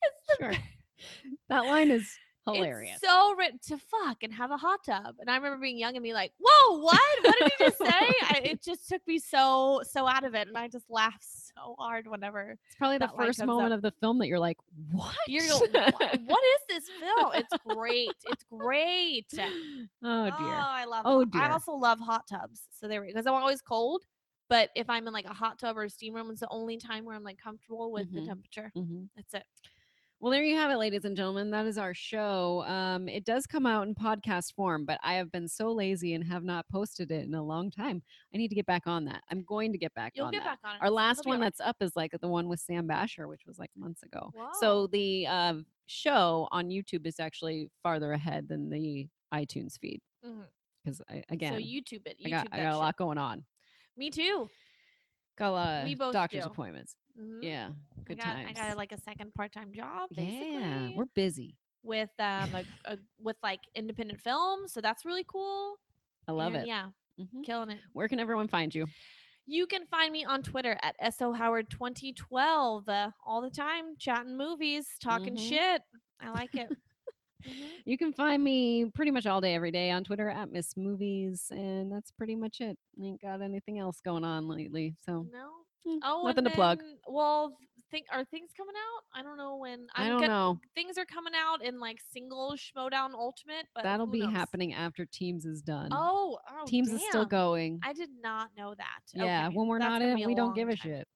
Speaker 3: it's the
Speaker 2: Sure. that line is
Speaker 3: It's
Speaker 2: hilarious.
Speaker 3: so written to fuck and have a hot tub. And I remember being young and be like, whoa, what? What did he just say? I, it just took me so, so out of it. And I just laughed so hard whenever
Speaker 2: it's probably the
Speaker 3: that line
Speaker 2: first
Speaker 3: comes
Speaker 2: moment
Speaker 3: up.
Speaker 2: of the film that you're like, what?
Speaker 3: you're going, what, what is this film? It's great. It's great.
Speaker 2: oh, dear.
Speaker 3: I love
Speaker 2: Oh,
Speaker 3: hot- I
Speaker 2: dear.
Speaker 3: also love hot tubs. So there we Because I'm always cold. But if I'm in like a hot tub or a steam room, it's the only time where I'm like comfortable with
Speaker 2: Mhm.
Speaker 3: the temperature.
Speaker 2: Mhm.
Speaker 3: That's it.
Speaker 2: Well, there you have it, ladies and gentlemen. That is our show. Um, it does come out in podcast form, but I have been so lazy and have not posted it in a long time. I need to get back on that. I'm going to get back
Speaker 3: You'll
Speaker 2: on
Speaker 3: get
Speaker 2: that.
Speaker 3: back on it.
Speaker 2: Our
Speaker 3: It'll
Speaker 2: last
Speaker 3: be
Speaker 2: one
Speaker 3: all right.
Speaker 2: that's up is like the one with Sam Basher, which was like months ago. So the uh, show on YouTube is actually farther ahead than the iTunes feed
Speaker 3: Mhm.
Speaker 2: because again,
Speaker 3: so YouTube it. YouTube
Speaker 2: I got I
Speaker 3: that
Speaker 2: got a
Speaker 3: shit.
Speaker 2: lot going on.
Speaker 3: Me too.
Speaker 2: Got a lot
Speaker 3: We
Speaker 2: of
Speaker 3: both
Speaker 2: doctor's
Speaker 3: do.
Speaker 2: appointments.
Speaker 3: Mhm.
Speaker 2: Yeah,
Speaker 3: I
Speaker 2: good
Speaker 3: got,
Speaker 2: times.
Speaker 3: I got like a second part-time job, basically.
Speaker 2: yeah, we're busy.
Speaker 3: with um a, a, with like independent film, so that's really cool.
Speaker 2: I love
Speaker 3: and
Speaker 2: it.
Speaker 3: Yeah,
Speaker 2: Mhm.
Speaker 3: killing it.
Speaker 2: Where can everyone find you?
Speaker 3: You can find me on Twitter at sohoward2012 uh, all the time, chatting movies, talking
Speaker 2: Mhm.
Speaker 3: shit. I like it. Mhm.
Speaker 2: You can find me pretty much all day, every day on Twitter at Miss Movies, and that's pretty much it. I ain't got anything else going on lately, so
Speaker 3: No,
Speaker 2: mm,
Speaker 3: oh,
Speaker 2: nothing
Speaker 3: and
Speaker 2: to plug.
Speaker 3: then- Well, think are things coming out? I don't know when.
Speaker 2: I don't
Speaker 3: gon-
Speaker 2: know.
Speaker 3: Things are coming out in like single Schmodown Ultimate, but
Speaker 2: That'll
Speaker 3: who
Speaker 2: be
Speaker 3: knows?
Speaker 2: happening after Teams is done.
Speaker 3: Oh, oh
Speaker 2: Teams is still
Speaker 3: damn.
Speaker 2: going.
Speaker 3: I did not know that.
Speaker 2: yeah,
Speaker 3: Okay,
Speaker 2: when we're
Speaker 3: that's
Speaker 2: not
Speaker 3: gonna be
Speaker 2: in, we don't
Speaker 3: long
Speaker 2: give a
Speaker 3: time.
Speaker 2: shit.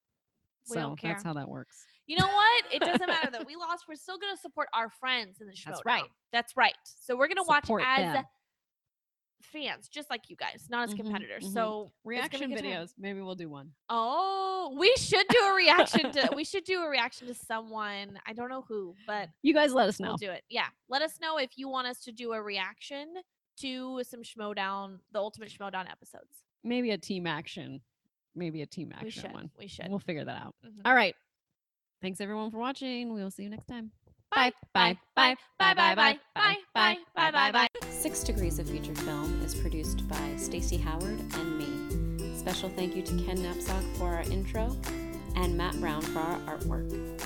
Speaker 3: We
Speaker 2: so
Speaker 3: don't
Speaker 2: that's
Speaker 3: care.
Speaker 2: how that works.
Speaker 3: You know what? It doesn't matter that we lost. We're still gonna support our friends in the show.
Speaker 2: That's right.
Speaker 3: That's right. So we're gonna
Speaker 2: Support
Speaker 3: watch as
Speaker 2: them.
Speaker 3: fans, just like you guys, not as
Speaker 2: Mhm,
Speaker 3: competitors.
Speaker 2: mhm.
Speaker 3: So it's gonna
Speaker 2: Reaction
Speaker 3: be a good time.
Speaker 2: videos. Maybe we'll do one.
Speaker 3: Oh, we should do a reaction to. We should do a reaction to someone. I don't know who, but
Speaker 2: You guys let us know.
Speaker 3: we'll do it. Yeah, let us know if you want us to do a reaction to some Schmodown, the Ultimate Schmodown episodes.
Speaker 2: Maybe a team action. Maybe a team
Speaker 3: we
Speaker 2: action
Speaker 3: should.
Speaker 2: one.
Speaker 3: We should.
Speaker 2: We'll figure that out.
Speaker 3: Mhm.
Speaker 2: All right. Thanks everyone for watching. We will see you next time.
Speaker 3: Bye. Bye. Bye. Bye. Bye. Bye. Bye. Bye. Bye. Bye. Bye.
Speaker 2: Six Degrees of Feature Film is produced by Stacey Howard and me. Special thank you to Ken Knapsack for our intro and Matt Brown for our artwork.